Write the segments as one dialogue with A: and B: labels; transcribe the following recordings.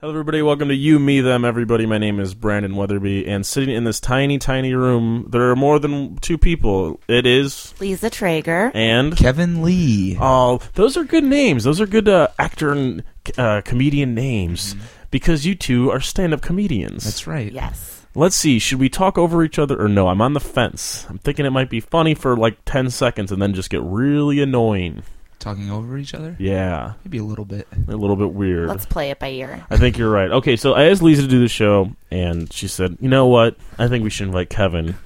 A: Hello, everybody. Welcome to You, Me, Them, Everybody. My name is Brandon Weatherby, and sitting in this tiny, tiny room, there are more than two people. It is
B: Lisa Traeger.
A: and
C: Kevin Lee.
A: oh, those are good names. Those are good uh, actor and uh, comedian names because you two are stand-up comedians.
C: That's right.
B: Yes.
A: Let's see. Should we talk over each other or no? I'm on the fence. I'm thinking it might be funny for like ten seconds and then just get really annoying.
C: Talking over each other?
A: Yeah,
C: Maybe a little bit.
A: a little bit weird.
B: Let's play it by ear.
A: I think you're right. Okay, so I asked Lisa to do the show, and she said, "You know what? I think we should invite Kevin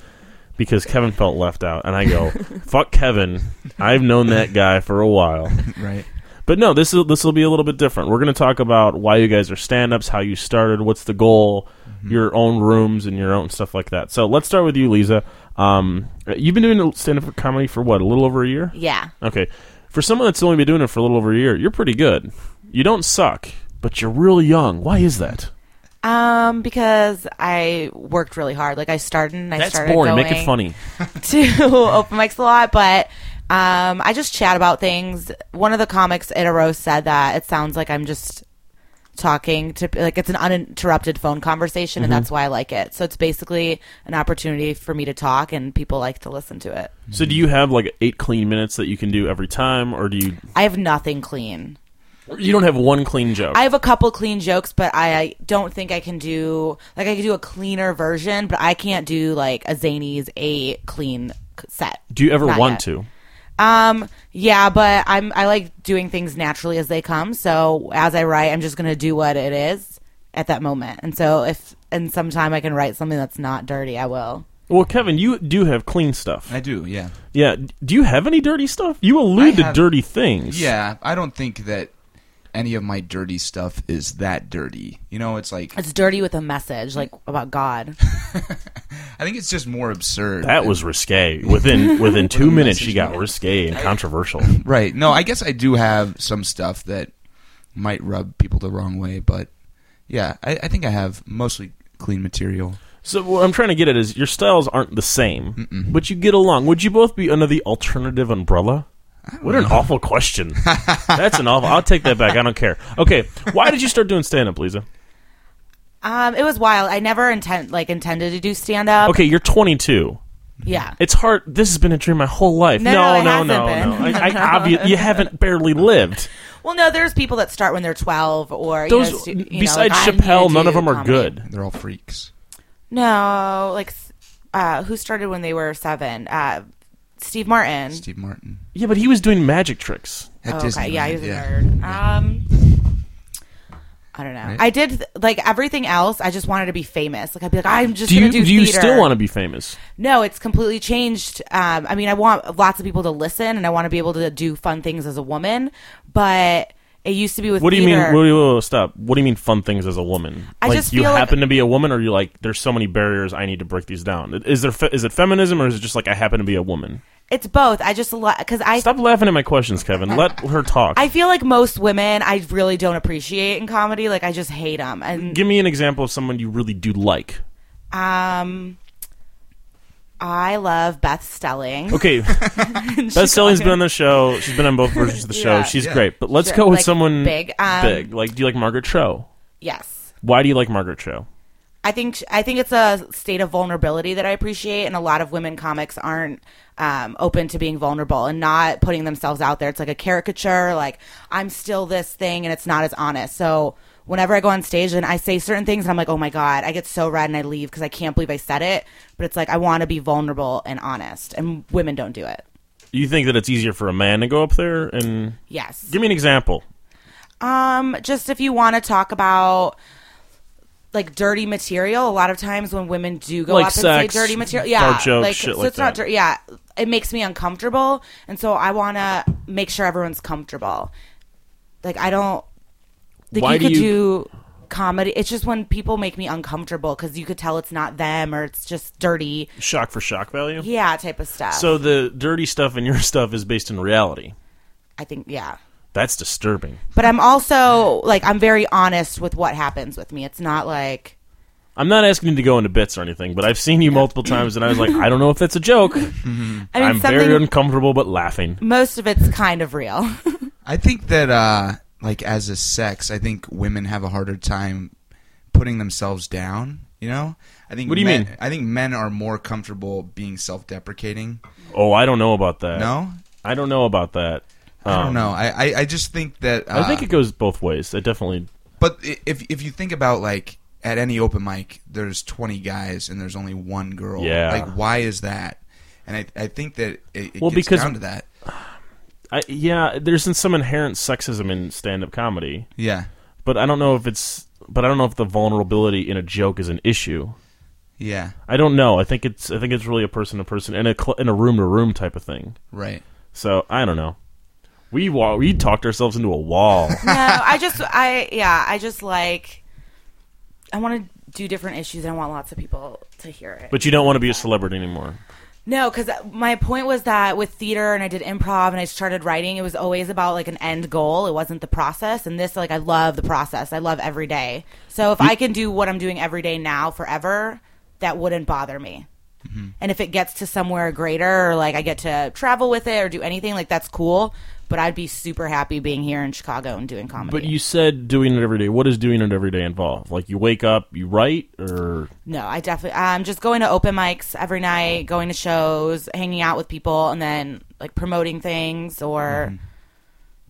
A: because Kevin felt left out." And I go, "Fuck Kevin! I've known that guy for a while."
C: right.
A: But no, this is this will be a little bit different. We're going to talk about why you guys are stand-ups, how you started, what's the goal, your own rooms and your own stuff like that. So let's start with you, Lisa. Um, you've been doing stand-up comedy for what? A little over a year.
B: Yeah.
A: Okay. For someone that's only been doing it for a little over a year, you're pretty good. You don't suck, but you're real young. Why is that?
B: Um, because I worked really hard. Like I started and I
A: That's
B: started
A: boring.
B: going
A: Make it funny.
B: to open mics a lot, but um, I just chat about things. One of the comics in a row said that it sounds like I'm just talking to like it's an uninterrupted phone conversation,
A: Mm-hmm.
B: and that's why I like it. So it's basically an opportunity for me to talk, and people like to listen to it.
A: So, do you have like eight clean minutes that you can do every time, or do you?
B: I have nothing clean.
A: You don't have one clean joke.
B: I have a couple clean jokes, but I, I don't think I can do like I can do a cleaner version, but I can't do like a Zany's a clean c- set.
A: do you ever
B: Not
A: want
B: yet.
A: to?
B: Um, yeah, but I'm I like doing things naturally as they come. So as I write, I'm just gonna do what it is at that moment. And so if and sometime I can write something that's not dirty, I will.
A: Well, Kevin, you do have clean stuff.
C: I do, yeah.
A: yeah. Do you have any dirty stuff? You allude
C: I
A: to
C: have-
A: dirty things.
C: Yeah, I don't think that any of my dirty stuff is that dirty. You know, it's like
B: It's dirty with a message, like about God.
C: I think it's just more absurd.
A: That
C: than-
A: was risque. Within within two minutes, she
C: message
A: got
C: me.
A: risque and controversial.
C: right. No, I guess I do have some stuff that might rub people the wrong way, but yeah, I, I think I have mostly clean material.
A: So what I'm trying to get at is your styles aren't the same, but you get along. Would you both be under the alternative umbrella? What an awful question. That's an awful. I'll take that back. I don't care. Okay, why did you start doing stand up, Lisa?
B: Um, it was wild. I never intend like intended to do stand up.
A: Okay, you're 22.
B: Yeah.
A: It's hard. This has been a dream my whole life.
B: No,
A: no,
B: it
A: no,
B: hasn't
A: no, no.
B: been.
A: I, I obvi- you haven't barely lived.
B: Well, no, there's people that start when they're 12 or
A: Those
B: you know, stu- you know, like,
A: besides
B: I'm gonna
A: Chappelle, none
B: do
A: of them are
B: comedy.
A: good.
C: They're all freaks.
B: No, like s- uh, who started when they were seven? Uh, Steve Martin.
C: Steve Martin.
A: Yeah, but he was doing magic tricks.
C: At
B: Oh,
C: Disney.
B: okay, yeah, he was a nerd. Um, I don't know.
C: Right?
B: I did like everything else. I just wanted to be famous. Like I'd be like, I'm just
A: Do you
B: gonna
A: do,
B: do.
A: you
B: theater.
A: still want to be famous?
B: No, it's completely changed. Um, I mean, I want lots of people to listen, and I want to be able to do fun things as a woman. But it used to be with
A: What do you mean?
B: theater.
A: Whoa, whoa, whoa, stop. What do you mean fun things as a woman?
B: I
A: like
B: just
A: you
B: feel like-
A: happen to be a woman, or you like there's so many barriers. I need to break these down. Is there fe- is it feminism, or is it just like I happen to be a woman?
B: It's both. I just because I
A: Stop laughing at my questions, Kevin. Let her talk.
B: I feel like most women I really don't appreciate in comedy. Like I just hate them. And
A: Give me an example of someone you really do like.
B: um, I love Beth Stelling.
A: Okay, Beth Stelling's been on the show. She's been on both versions of the show.
B: Yeah.
A: She's
C: Yeah.
A: great. But let's
B: Sure.
A: go with
B: Like,
A: someone
B: big, um,
A: big. Like, do you like Margaret Cho?
B: Yes,
A: Why do you like Margaret Cho?
B: I think sh- I think it's a state of vulnerability that I appreciate, and a lot of women comics aren't um, open to being vulnerable and not putting themselves out there. It's like a caricature. Like I'm still this thing, and it's not as honest. So. Whenever I go on stage and I say certain things, and I'm like, oh my God, I get so red and I leave because I can't believe I said it. But it's like, I want to be vulnerable and honest, and women don't do it.
A: You think that it's easier for a man to go up there and
B: Yes.
A: give me an example?
B: Um, just if you want to talk about like dirty material, a lot of times when women do go
A: Like
B: up and
A: sex,
B: say dirty material,
A: fart
B: yeah,
A: jokes, shit
B: so
A: like
B: it's not
A: that.
B: dirty. Yeah, it makes me uncomfortable, and so I want to make sure everyone's comfortable. Like I don't like
A: Why
B: you
A: do
B: could
A: you-
B: do comedy. It's just when people make me uncomfortable because you could tell it's not them or it's just dirty,
A: Shock for shock value.
B: yeah, type of stuff.
A: So the dirty stuff and your stuff is based in reality.
B: I think yeah.
A: That's disturbing.
B: But I'm also like I'm very honest with what happens with me. It's not like
A: I'm not asking you to go into bits or anything, but I've seen you multiple times, and I was like, I don't know if that's a joke.
B: I mean
A: I'm
B: something
A: very uncomfortable, but laughing.
B: most of it's kind of real.
C: I think that uh, like as a sex, I think women have a harder time putting themselves down. You know, I think
A: What do you
C: men-
A: mean?
C: I think men are more comfortable being self-deprecating.
A: Oh, I don't know about that.
C: No,
A: I don't know about that.
C: I don't
A: Um,
C: know. I, I, I just think that uh,
A: I think it goes both ways. It definitely.
C: But i- if if you think about like at any open mic, there's 20 guys and there's only one girl.
A: Yeah.
C: Like, why is that? And I, I think that it, it
A: Well,
C: gets
A: because-
C: down to that.
A: I, yeah, there's some inherent sexism in stand-up comedy,
C: Yeah.
A: but I don't know if it's. But I don't know if the vulnerability in a joke is an issue.
C: Yeah.
A: I don't know. I think it's. I think it's really a person to person and a cl- and a room to room type of thing.
C: Right.
A: So I don't know. We wa- we talked ourselves into a wall.
B: No, I just, I, yeah, I just like, I want to do different issues and I want lots of people to hear it.
A: but you don't want to be a celebrity anymore.
B: No, because my point was that with theater and I did improv and I started writing, it was always about like an end goal. It wasn't the process. And this, like, I love the process. I love every day. So if I can do what I'm doing every day now forever, that wouldn't bother me.
A: Mm-hmm.
B: And if it gets to somewhere greater, or like I get to travel with it or do anything, like that's cool. But I'd be super happy being here in Chicago and doing comedy.
A: But you said doing it every day. What does doing it every day involve? Like you wake up, you write, or
B: No, I definitely. I'm just going to open mics every night, going to shows, hanging out with people, and then like promoting things or
C: Mm-hmm.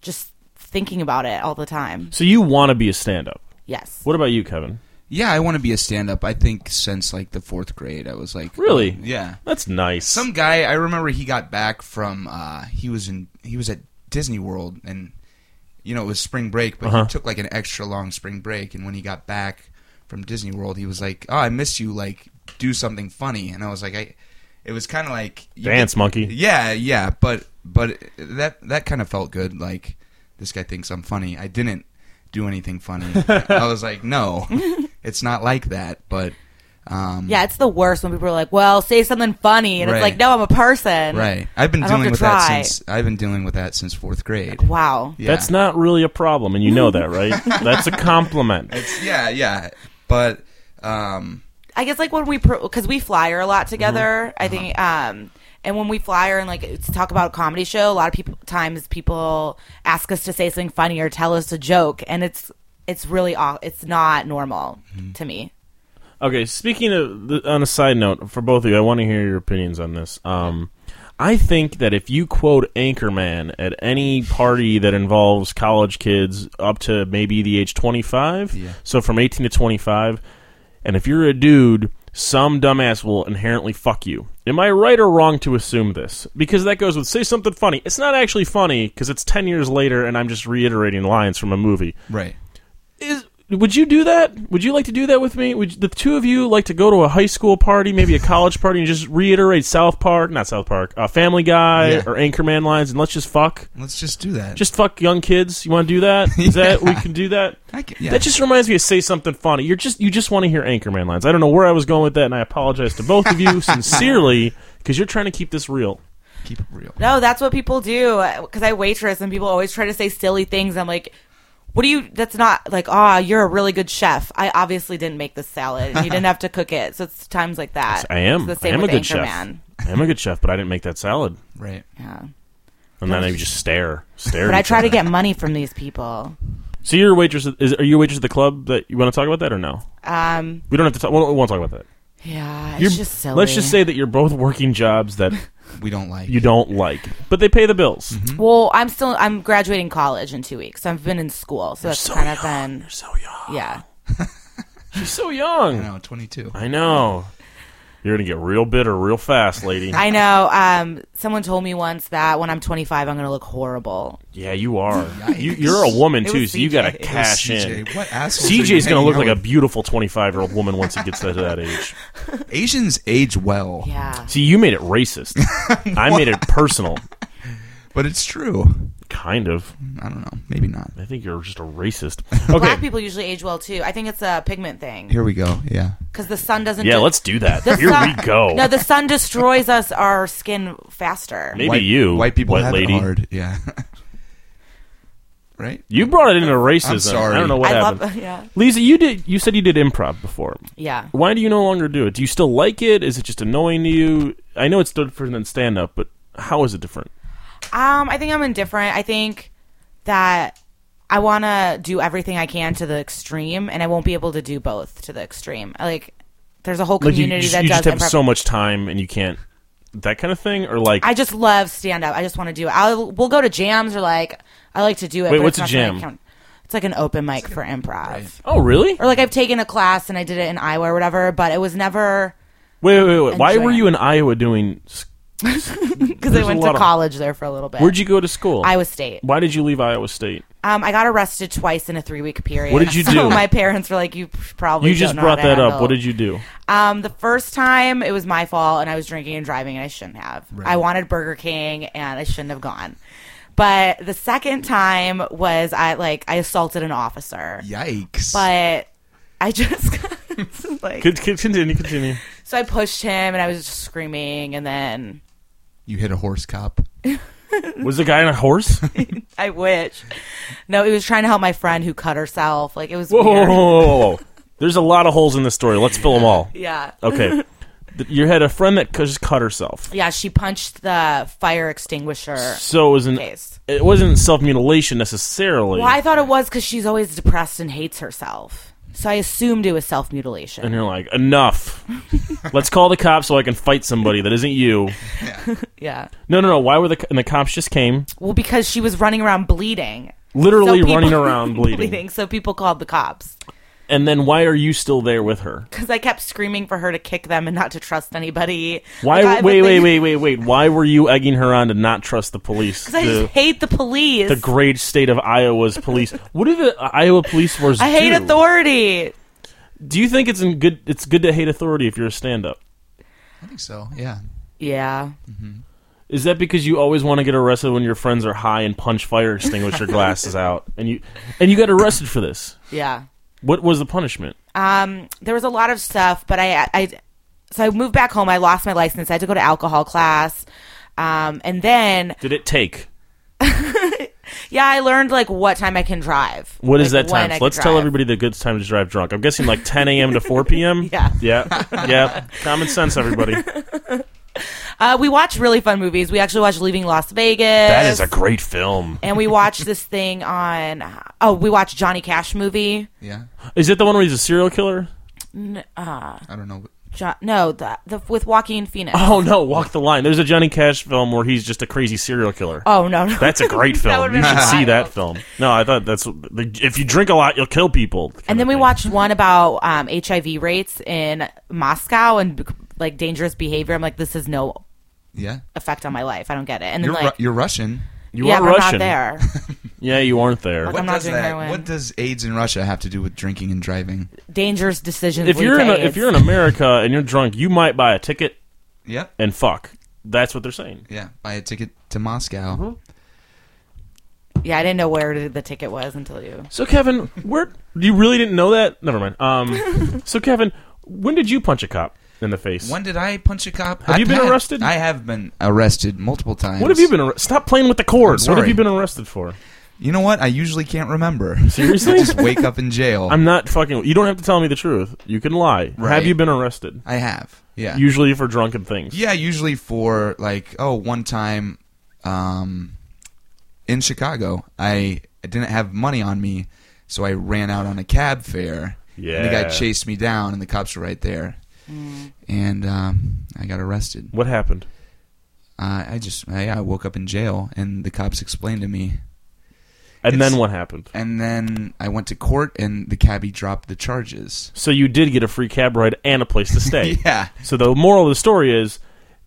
B: just thinking about it all the time.
A: so you want to be a stand-up.
B: Yes.
A: What about you, Kevin?
C: Yeah, I want to be a stand-up. I think since like the fourth grade, I was like,
A: Really?
C: Yeah.
A: That's nice.
C: Some guy I remember he got back from uh, he was in he was at Disney World and you know it was spring break, but
A: Uh-huh.
C: he took like an extra long spring break. And when he got back from Disney World, he was like, "Oh, I miss you. Like, do something funny." And I was like, "I." It was kind of like you
A: Dance monkey.
C: yeah, yeah, but but that that kind of felt good. Like this guy thinks I'm funny. I didn't do anything funny. I was like, no, it's not like that. But um,
B: Yeah, it's the worst when people are like, "Well, say something funny," and
C: Right.
B: it's like, "No, I'm a person."
C: right. I've been
B: I don't have
C: dealing with
B: to try.
C: that since I've been dealing with that since fourth grade.
B: Wow.
C: Yeah.
A: That's not really a problem, and you know that, right? That's a compliment.
C: It's, yeah, yeah, but um,
B: I guess like when we because we flyer a
A: Mm-hmm.
B: lot together.
A: Uh-huh.
B: I think, um, and when we flyer and like it's talk about a comedy show, a lot of people times people ask us to say something funny or tell us a joke, and it's it's really aw- it's not normal
A: Mm-hmm.
B: to me.
A: Okay, speaking of the, on a side note for both of you, I want to hear your opinions on this. Um, I think that if you quote Anchorman at any party that involves college kids up to maybe the age twenty five,
C: Yeah.
A: so from eighteen to twenty five, and if you're a dude, some dumbass will inherently fuck you. Am I right or wrong to assume this? Because that goes with say something funny. It's not actually funny because it's ten years later, and I'm just reiterating lines from a movie
C: right.
A: is would you do that? Would you like to do that with me? Would the two of you like to go to a high school party, maybe a college party, and just reiterate South Park, not South Park, uh, Family Guy
C: Yeah.
A: or Anchorman lines, and let's just fuck,
C: Let's just do that.
A: just fuck young kids. You want to do that? Is that we can do that?
C: I can, yeah.
A: That just reminds me of say something funny. You're just you just want to hear Anchorman lines. I don't know where I was going with that, and I apologize to both of you sincerely because you're trying to keep this real.
C: keep it real.
B: No, that's what people do because I waitress and people always try to say silly things. I'm like. What do you? That's not like ah. you're a really good chef. I obviously didn't make this salad, and you didn't have to cook it. So it's times like that.
A: I am.
B: It's the
A: I
B: same
A: am a
B: with
A: good
B: Anchorman.
A: chef. I am a good chef, but I didn't make that salad.
C: Right.
B: Yeah.
A: And then I just stare, stare.
B: But
A: at
B: I
A: each
B: try to
A: other.
B: get money from these people.
A: So you're a waitress. Is, are you a waitress at the club that you want to talk about that or no?
B: Um,
A: We don't have to talk. We won't- we won't talk about that.
B: Yeah,
A: You're-
B: it's just silly.
A: Let's just say that you're both working jobs that
C: We don't like.
A: you don't like, but they pay the bills.
B: Well, I'm still I'm graduating college in two weeks, so I've been in school, so that's
A: so
B: kind of
A: young.
B: been
A: You're so young.
B: yeah.
A: You're so young.
C: No, 22.
A: I know. You're gonna get real bitter real fast, lady.
B: I know. Um, someone told me once that when I'm 25, I'm gonna look horrible.
A: yeah, you are. You, you're a woman
B: It
A: too,
B: was
A: so you
B: CJ.
A: gotta
B: It was
A: cash in.
C: CJ, what asshole?
A: CJ's gonna look like a beautiful 25 year old woman once he gets to that age.
C: Asians age well,
B: Yeah,
A: See, you made it racist. I made it personal.
C: but it's true. Mm,
A: Kind of.
C: I don't know. Maybe not.
A: I think you're just a racist. Okay.
B: black people usually age well too. I think it's a pigment thing
C: Here we go. Yeah.
B: because the sun doesn't.
A: Yeah,
B: de-
A: let's do that.
B: the
A: Here
B: sun-
A: we go.
B: No, the sun destroys us our skin faster.
A: Maybe you,
C: White people
A: white
C: have
A: lady.
C: it hard. Yeah. right.
A: You brought it into racism.
C: I'm sorry.
A: I don't know what
B: I
A: happened.
B: love. Yeah,
A: Lisa, you did. You said you did improv before.
B: yeah.
A: Why do you no longer do it? Do you still like it? Is it just annoying to you? I know it's different than stand up, but how is it different?
B: Um, I think I'm indifferent. I think that I want to do everything I can to the extreme, and I won't be able to do both to the extreme. Like, there's a whole
A: Like you,
B: community
A: just,
B: that
A: you
B: does
A: just have
B: improv-
A: so much time and you can't that kind of thing, or like
B: I just love stand up. I just want to do it. I'll, we'll go to jams or like I like to do it.
A: Wait,
B: but
A: what's
B: it's
A: a
B: not something I
A: jam?
B: can- It's like an open mic for improv.
A: oh really?
B: Or like I've taken a class and I did it in Iowa or whatever, but it was never
A: Wait, wait, wait. wait. Why
B: Enjoy
A: were
B: it.
A: you in Iowa doing? s-
B: because I
A: There's a
B: went
A: lot
B: to
A: of-
B: college there for a little bit.
A: Where'd you go to school?
B: Iowa State.
A: Why did you leave Iowa State?
B: Um, I got arrested twice in a three week period.
A: What did you
B: so
A: do?
B: My parents were like, "You probably
A: You just
B: don't know how
A: brought
B: to
A: that up.
B: handle-
A: What did you do?
B: Um, the first time it was my fault, and I was drinking and driving, and I shouldn't have.
C: Right.
B: I wanted Burger King, and I shouldn't have gone. But the second time was I like I assaulted an officer,
C: Yikes.
B: but I just got, like
A: Con- con- Continue, continue.
B: so I pushed him, and I was just screaming, and then
C: you hit a horse cop.
A: Was the guy on a horse?
B: I wish. No, he was trying to help my friend who cut herself. Like it was
A: Whoa, whoa,
B: weird.
A: whoa, whoa, whoa. There's a lot of holes in this story. Let's fill them all.
B: Yeah.
A: Okay. Th- You had a friend that cu- just cut herself.
B: Yeah, she punched the fire extinguisher
A: So it was an
B: case.
A: it wasn't self mutilation necessarily.
B: Well, I thought it was because she's always depressed and hates herself. So I assumed it was self
A: And
B: mutilation.
A: you're like, enough. Let's call the cops so I can fight somebody that isn't you.
B: Yeah.
A: No, no, no. Why were the co- and the cops just came?
B: Well, because she was running around bleeding.
A: Literally
B: So people-
A: running around bleeding.
B: So people called the cops
A: And then why are you still there with her?
B: because I kept screaming for her to kick them and not to trust anybody.
A: Why?
B: Like, I would
A: wait, wait,
B: think-
A: wait, wait, wait. Why were you egging her on to not trust the police?
B: 'Cause I
A: the,
B: just hate the police.
A: the great state of Iowa's police. What do the uh, Iowa police force
B: I hate
A: do?
B: authority.
A: Do you think it's in good? It's good to hate authority if you're a stand-up.
C: I think so. Yeah.
B: Yeah.
A: Is that because you always want to get arrested when your friends are high and punch fire extinguisher glasses out, and you and you got arrested for this?
B: Yeah.
A: What was the punishment?
B: Um, there was a lot of stuff, but I, I, so I moved back home. I lost my license. I had to go to alcohol class. Um, and then,
A: Did it take?
B: yeah, I learned like what time I can drive.
A: What is
B: Like,
A: that
B: when
A: time?
B: I
A: So let's
B: can
A: tell
B: drive.
A: everybody the good time to drive drunk. I'm guessing like 10 a.m. to 4 p.m.
B: Yeah.
A: yeah, yeah. Common sense, everybody.
B: Uh, we watch really fun movies. We actually watched Leaving Las Vegas.
A: That is a great film.
B: and we watched this thing on. Oh, we watched Johnny Cash movie.
C: Yeah.
A: Is it the one where he's a serial killer?
C: I don't know.
B: Jo- no, the, the with Joaquin Phoenix.
A: Oh no, Walk the Line. There's a Johnny Cash film where he's just a crazy serial killer.
B: Oh, no, no.
A: That's a great
B: That
A: film.
B: would've
A: You
B: been
A: should see
B: wild.
A: that film. No, I thought that's if you drink a lot, you'll kill people. kind
B: And then
A: of
B: we
A: thing.
B: watched one about um, HIV rates in Moscow and like dangerous behavior. I'm like, this is no
C: Yeah.
B: effect on my life. I don't get it. And
C: You're
B: then
C: Ru-
B: like,
C: you're Russian.
A: You
B: yeah,
A: are
B: but
A: Russian.
B: I'm not there.
A: Yeah, you aren't there.
B: Like, I'm not
C: does
B: doing
C: that-
B: heroin.
C: What does AIDS in Russia have to do with drinking and driving?
B: Dangerous decisions.
A: If
B: lead
A: you're
B: to
A: in a, if
B: AIDS.
A: you're in America and you're drunk, you might buy a ticket
C: Yep.
A: and fuck. That's what they're saying.
C: Yeah. Buy a ticket to Moscow.
A: Mm-hmm.
B: yeah, I didn't know where the- the ticket was until you.
A: So Kevin, where you really didn't know that? Never mind. Um, so Kevin, when did you punch a cop in the face?
C: When did I punch a cop?
A: Have you been arrested?
C: I have been arrested multiple times.
A: what have you been? Ar- Stop playing with the cord.
C: I'm
A: What have
C: sorry.
A: you been arrested for?
C: You know what? I usually can't remember.
A: Seriously?
C: I just wake up in jail.
A: I'm not fucking. You don't have to tell me the truth. You can lie. Have
C: Right.
A: you been arrested?
C: I have. Yeah.
A: Usually for drunken things.
C: yeah, usually for like oh, one time um in Chicago, I didn't have money on me, so I ran out on a cab fare. And the
A: Yeah.
C: guy chased me down and the cops were right there.
B: Mm.
C: And um, I got arrested.
A: What happened?
C: Uh, I just I, I woke up in jail and the cops explained to me
A: And
C: It's-
A: then what happened?
C: and then I went to court, and the cabbie dropped the charges.
A: So you did get a free cab ride and a place to stay.
C: Yeah,
A: So the moral of the story is,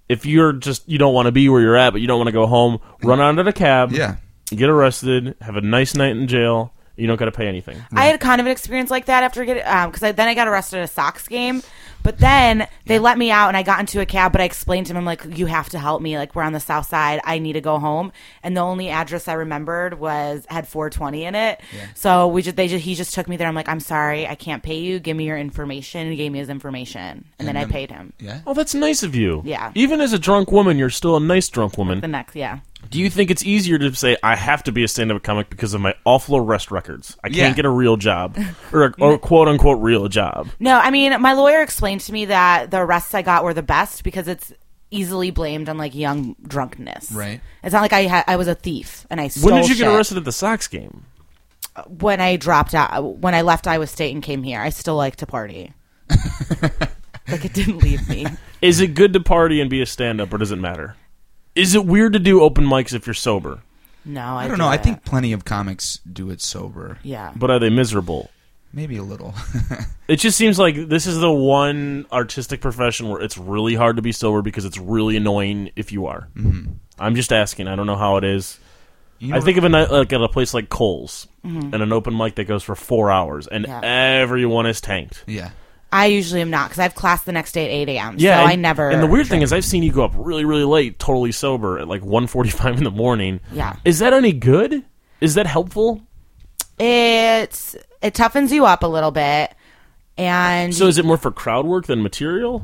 A: if you're just you don't want to be where you're at, but you don't want to go home, run out of the cab.
C: yeah,
A: Get arrested. Have a nice night in jail. You don't got to pay anything.
B: I had kind of an experience like that after getting um because I, then I got arrested at a Sox game, but then they let me out and I got into a cab. But I explained to him, I'm like, you have to help me. Like we're on the South Side. I need to go home. And the only address I remembered was had 420 in it. So we just they just he just took me there. I'm like, I'm sorry, I can't pay you. Give me your information. He gave me his information, and, then, I
C: then-
B: paid him.
C: yeah.
A: Oh, that's nice of you.
B: Yeah.
A: Even as a drunk woman, you're still a nice drunk
B: The
A: woman.
B: next, yeah,
A: Do you think it's easier to say I have to be a stand-up comic because of my awful arrest records? I can't
C: Yeah.
A: get a real job or a or a quote unquote real job.
B: no. I mean, my lawyer explained to me that the arrests I got were the best because it's easily blamed on like young drunkenness,
C: Right.
B: It's not like I ha- I was a thief and I stole
A: When did you
B: shit.
A: get arrested at the Sox game?
B: when I dropped out, when I left Iowa State and came here, I still like to party. like it didn't leave me.
A: Is it good to party and be a stand up, or does it matter? Is it weird to do open mics if you're sober?
B: No, I,
C: I don't
B: do
C: know. I
B: that.
C: think plenty of comics do it sober.
B: yeah.
A: But are they miserable?
C: Maybe a little.
A: It just seems like this is the one artistic profession where it's really hard to be sober because it's really annoying if you are. Mm-hmm. I'm just asking. I don't know how it is.
C: You
A: I
C: know-
A: think of a night like at a place like Cole's and an open mic that goes for four hours, and
B: Mm-hmm. Yeah.
A: everyone is tanked.
C: Yeah.
B: I usually am not because I have class the next day at eight a.m.
A: Yeah,
B: so
A: and,
B: I never.
A: And the weird thing is, I've seen you go up really, really late, totally sober at like 1:45 in the morning.
B: Yeah.
A: is that any good? Is that helpful?
B: it's it toughens you up a little bit, and
A: So is it more for crowd work than material?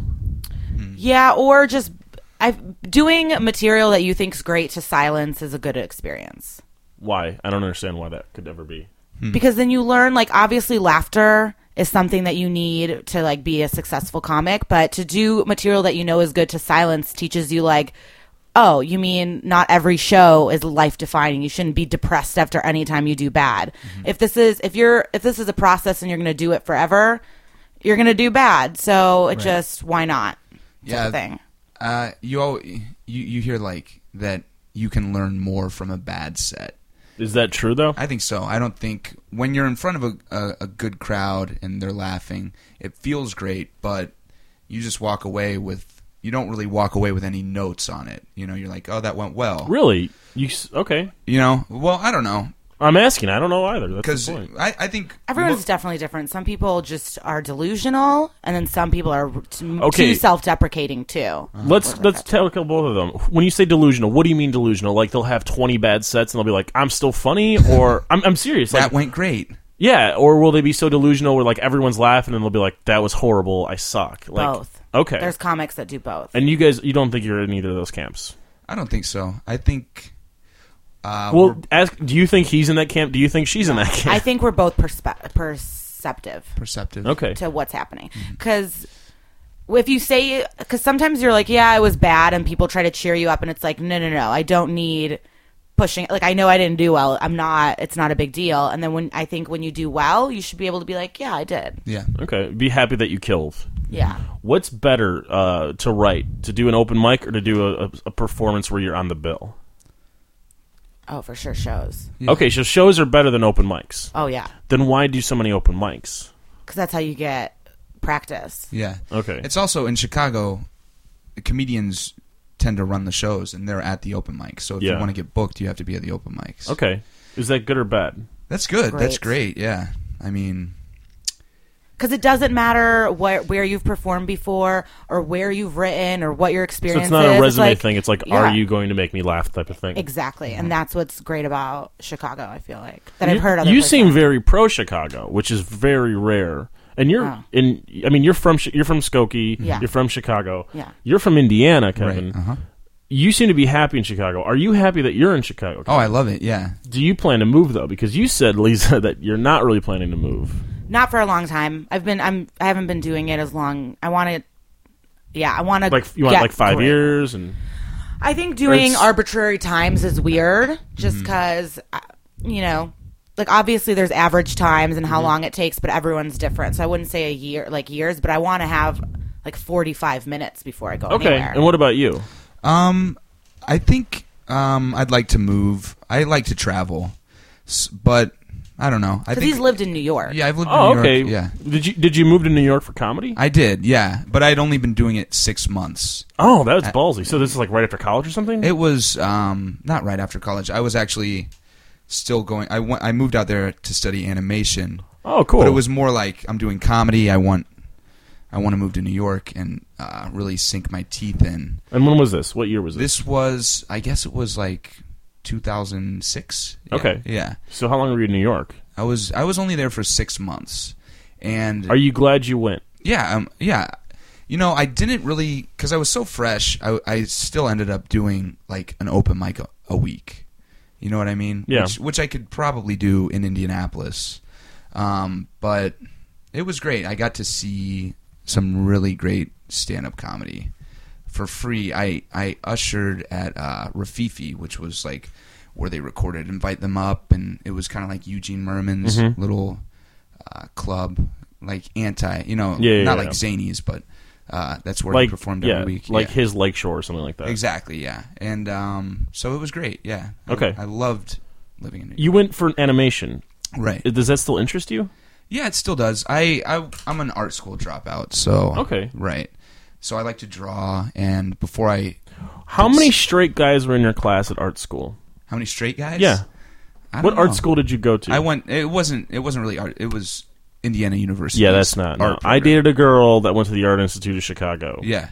B: yeah, or just I doing material that you think's great to silence is a good experience.
A: Why? I don't understand why that could ever be.
B: because then you learn like obviously laughter is something that you need to like be a successful comic but to do material that you know is good to silence teaches you like oh you mean not every show is life defining you shouldn't be depressed after any time you do bad if this is if you're if this is a process and you're going to do it forever you're going to do bad so it just why not yeah
C: Yeah.
B: thing
C: Uh, you all you you hear like that you can learn more from a bad set.
A: Is that true though?
C: I think so. I don't think when you're in front of a, a, a good crowd and they're laughing, it feels great, but you just walk away with you don't really walk away with any notes on it. You know, you're like, oh, that went well.
A: Really? You s- okay?
C: You know, well, I don't know
A: I'm asking. I don't know either. That's
C: because
A: the point.
C: I, I think
B: Everyone's
C: mo-
B: definitely different. Some people just are delusional, and then some people are t-
A: Okay. Uh-huh.
B: too self-deprecating too.
A: Let's let's tackle both of them. When you say delusional, what do you mean delusional? Like they'll have 20 bad sets and they'll be like, "I'm still funny," or "I'm I'm serious." Like,
C: that went great.
A: yeah. Or will they be so delusional where like everyone's laughing and they'll be like, "That was horrible. I suck." Like,
B: Both.
A: Okay.
B: There's comics that do both.
A: and you guys, you don't think you're in either of those camps?
C: I don't think so. I think uh,
A: Well,
C: we're-
A: ask. Do you think he's in that camp? Do you think she's in that camp?
B: I think we're both perspe- perceptive
C: perceptive.
A: okay. Mm-hmm.
B: to what's happening because if you say because sometimes you're like, yeah, it was bad, and people try to cheer you up, and it's like, no, no, no, I don't need pushing. Like I know I didn't do well. I'm not. It's not a big deal. And then when I think when you do well, you should be able to be like, yeah, I did.
C: Yeah.
A: Okay. Be happy that you killed.
B: Yeah.
A: What's better uh, to write? To do an open mic or to do a, a, a performance where you're on the bill?
B: Oh, for sure shows.
C: Yeah.
A: Okay, so shows are better than open mics.
B: Oh yeah.
A: Then why do so many open mics?
B: because that's how you get practice.
C: Yeah.
A: Okay.
C: It's also in Chicago, comedians tend to run the shows and they're at the open mic. So if
A: Yeah.
C: you want to get booked, you have to be at the open mics.
A: okay. Is that good or bad?
C: That's good. That's
B: Great.
C: great. Yeah. I mean,
B: Because it doesn't matter what where you've performed before or where you've written or what your
A: So
B: experience.
A: it's not
B: is.
A: a resume
B: like-
A: thing. It's like,
B: yeah,
A: are you going to make me laugh type of thing.
B: exactly? And that's what's great about Chicago. I feel like that I've heard. Other
A: You
B: places.
A: seem very pro Chicago, which is very rare. And you're
B: Oh.
A: in. I mean, you're from Chi- you're from Skokie.
B: Yeah.
A: You're from Chicago.
B: Yeah.
A: You're from Indiana, Kevin.
C: right. Uh-huh.
A: You seem to be happy in Chicago. Are you happy that you're in Chicago?
C: Oh, I love it. Yeah.
A: Do you plan to move though? Because you said Lisa that you're not really planning to move.
B: not for a long time. I've been. I'm. I haven't been doing it as long. I want to. Yeah, I want to.
A: Like you want like five years and
B: I think doing
A: It's- Mm-hmm.
B: arbitrary times is weird just because, you know, like obviously there's average times and how
A: Mm-hmm.
B: long it takes, but everyone's different. So I wouldn't say a year, like years, but I want to have like 45 minutes before I go
A: okay.
B: anywhere.
A: And what about you?
C: Um, I think um, I'd like to move. I like to travel, S- but I don't know. I
B: Because
C: think
B: he's lived in New York.
C: Yeah, I've lived
A: Oh,
C: in New
A: okay.
C: York. Yeah.
A: Did you did you move to New York for comedy?
C: I did, yeah, but I'd only been doing it six months.
A: oh, that was ballsy. So this is like right after college or something.
C: It was um, not right after college. I was actually still going. I went, I moved out there to study animation,
A: oh, cool.
C: but it was more like I'm doing comedy. I want I want to move to New York and uh, really sink my teeth in.
A: And when was this? What year was this?
C: This was, I guess, it was like 2006. Yeah.
A: Okay.
C: yeah.
A: So how long were you in New York?
C: I was I was only there for six months, and
A: Are you glad you went?
C: yeah, um, yeah. You know, I didn't really because I was so fresh. I, I still ended up doing like an open mic a, a week. You know what I mean?
A: Yeah.
C: Which, which I could probably do in Indianapolis, um, but it was great. I got to see some really great stand-up comedy for free. I I ushered at uh, Rafifi, which was like where they recorded, invite them up, and it was kind of like Eugene Merman's
A: Mhm.
C: little uh, club, like anti, you know,
A: Yeah, yeah,
C: not
A: yeah.
C: like Zanies, but uh, that's where
A: like
C: he performed
A: yeah,
C: every week.
A: like
C: Yeah.
A: his Lake Shore or something like that.
C: exactly, yeah, and um, so it was great, yeah. I-
A: Okay.
C: I, loved living in New
A: You went for an animation.
C: Right.
A: Does that still interest you?
C: Yeah, it still does. I, I I'm an art school dropout, so
A: Okay.
C: right. So I like to draw, and before I,
A: How
C: It's-
A: many straight guys were in your class at art school?
C: how many straight guys?
A: Yeah.
C: I
A: What
C: don't know.
A: art school did you go to?
C: I went. It wasn't. It wasn't really art. It was Indiana University.
A: Yeah, that's not. No. I
C: Art program.
A: dated a girl that went to the Art Institute of Chicago.
C: Yeah,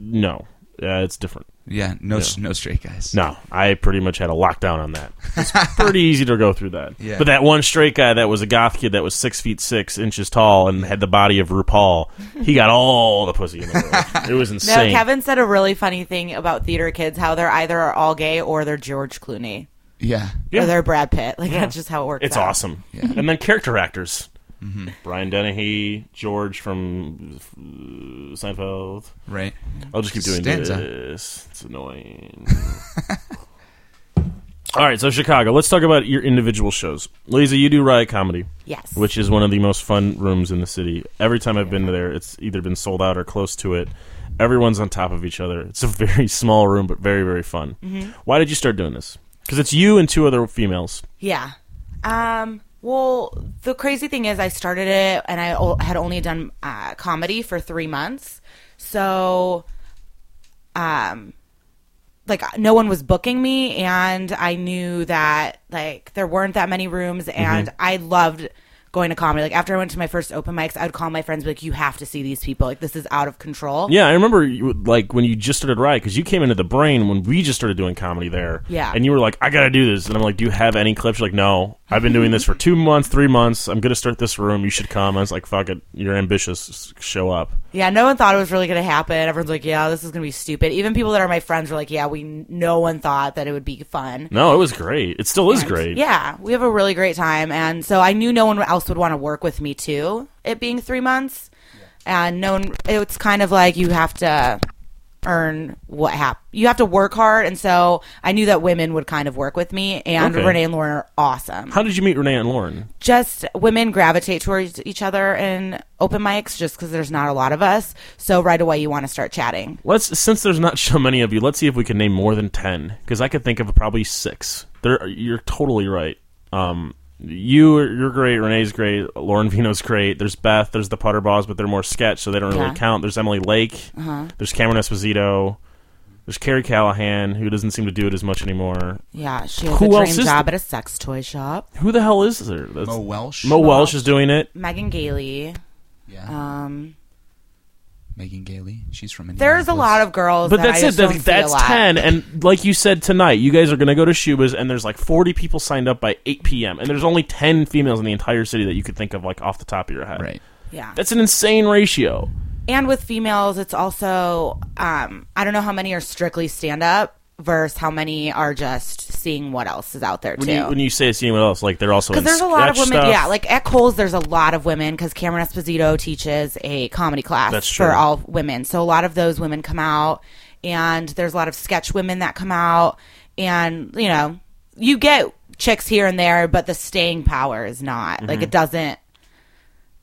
A: No, uh, it's different.
C: yeah. No, s- no straight guys.
A: No, I pretty much had a lockdown on that. It's pretty easy to go through that.
C: Yeah.
A: But that one straight guy that was a goth kid that was six feet six inches tall and had the body of RuPaul, he got all the pussy in the world. It was
B: No,
A: insane.
B: Kevin said a really funny thing about theater kids: how they're either all gay or they're George Clooney
C: Yeah.
A: Yeah.
B: or they're Brad Pitt. Like that's just how it works.
A: It's
B: out.
A: awesome. And then character actors.
C: Mm-hmm.
A: Brian Dennehy, George from uh, Seinfeld.
C: Right.
A: I'll just keep doing
C: Stanza.
A: this. It's annoying. All right, so Chicago. Let's talk about your individual shows. Lisa, you do Riot Comedy,
B: Yes.
A: which is one of the most fun rooms in the city. Every time I've been there, it's either been sold out or close to it. Everyone's on top of each other. It's a very small room, but very, very fun. Why did you start doing this? Because it's you and two other females.
B: Yeah. Um, well, the crazy thing is, I started it and I o- had only done uh, comedy for three months. So, um, like, no one was booking me, and I knew that, like, there weren't that many rooms, and I loved going to comedy. Like, after I went to my first open mics, I would call my friends, and be like, you have to see these people. Like, this is out of control.
A: Yeah, I remember you, like when you just started Riot because you came into the brain when we just started doing comedy there.
B: Yeah.
A: and you were like, "I gotta do this," and I'm like, "Do you have any clips?" You're like, "No, I've been doing this for two months, three months. I'm gonna start this room. You should come." I was like, "Fuck it, you're ambitious. S- Show up."
B: Yeah, no one thought it was really going to happen. Everyone's like, yeah, this is going to be stupid. Even people that are my friends were like, yeah, we no one thought that it would be fun.
A: No, it was great. It still is great.
B: Yeah, we have a really great time, and so I knew no one else would want to work with me too. It being three months, and no one. It's kind of like you have to earn what hap- you have to work hard, and so I knew that women would kind of work with me. And
A: Okay.
B: Renee and Lauren are awesome.
A: How did you meet Renee and Lauren?
B: Just women gravitate towards each other in open mics, just because there's not a lot of us. So right away, you want to start chatting.
A: Let's since there's not so many of you, let's see if we can name more than ten because I could think of probably six. There, you're totally right. Um, you you're great. Renee's great. Lauren Vino's great. There's Beth. There's the Putter Balls, but they're more sketch, so they don't really
B: Yeah.
A: count. There's Emily Lake. There's Cameron Esposito. There's Carrie Callahan, who doesn't seem to do it as much anymore.
B: Yeah, she has
A: Who
B: a
A: else
B: dream
A: is
B: job at a sex toy shop.
A: Who the hell is there? That's,
C: Mo Welsh.
A: Mo Welsh is doing it.
B: Megan Gailey.
C: Yeah.
B: Um,
C: Megan Gailey. She's from Indiana.
B: There's a lot of girls,
A: But
B: that
A: that's
B: I
A: it.
B: just don't
A: That,
B: see a
A: that's
B: lot.
A: ten. And like you said tonight, you guys are going to go to Shuba's, and there's like 40 people signed up by 8 p.m. And there's only 10 females in the entire city that you could think of, like off the top of your head.
C: Right.
B: Yeah,
A: That's an insane ratio.
B: and with females, it's also um, I don't know how many are strictly stand up versus how many are just seeing what else is out there
A: When you,
B: too.
A: when you say it's anyone else, like they're also in
B: because there's a lot of
A: sketch
B: women,
A: stuff.
B: yeah. Like at Cole's, there's a lot of women because Cameron Esposito teaches a comedy class
A: That's true.
B: for all women. So a lot of those women come out, and there's a lot of sketch women that come out, and you know, you get chicks here and there, but the staying power is not
A: Mm-hmm.
B: like it doesn't.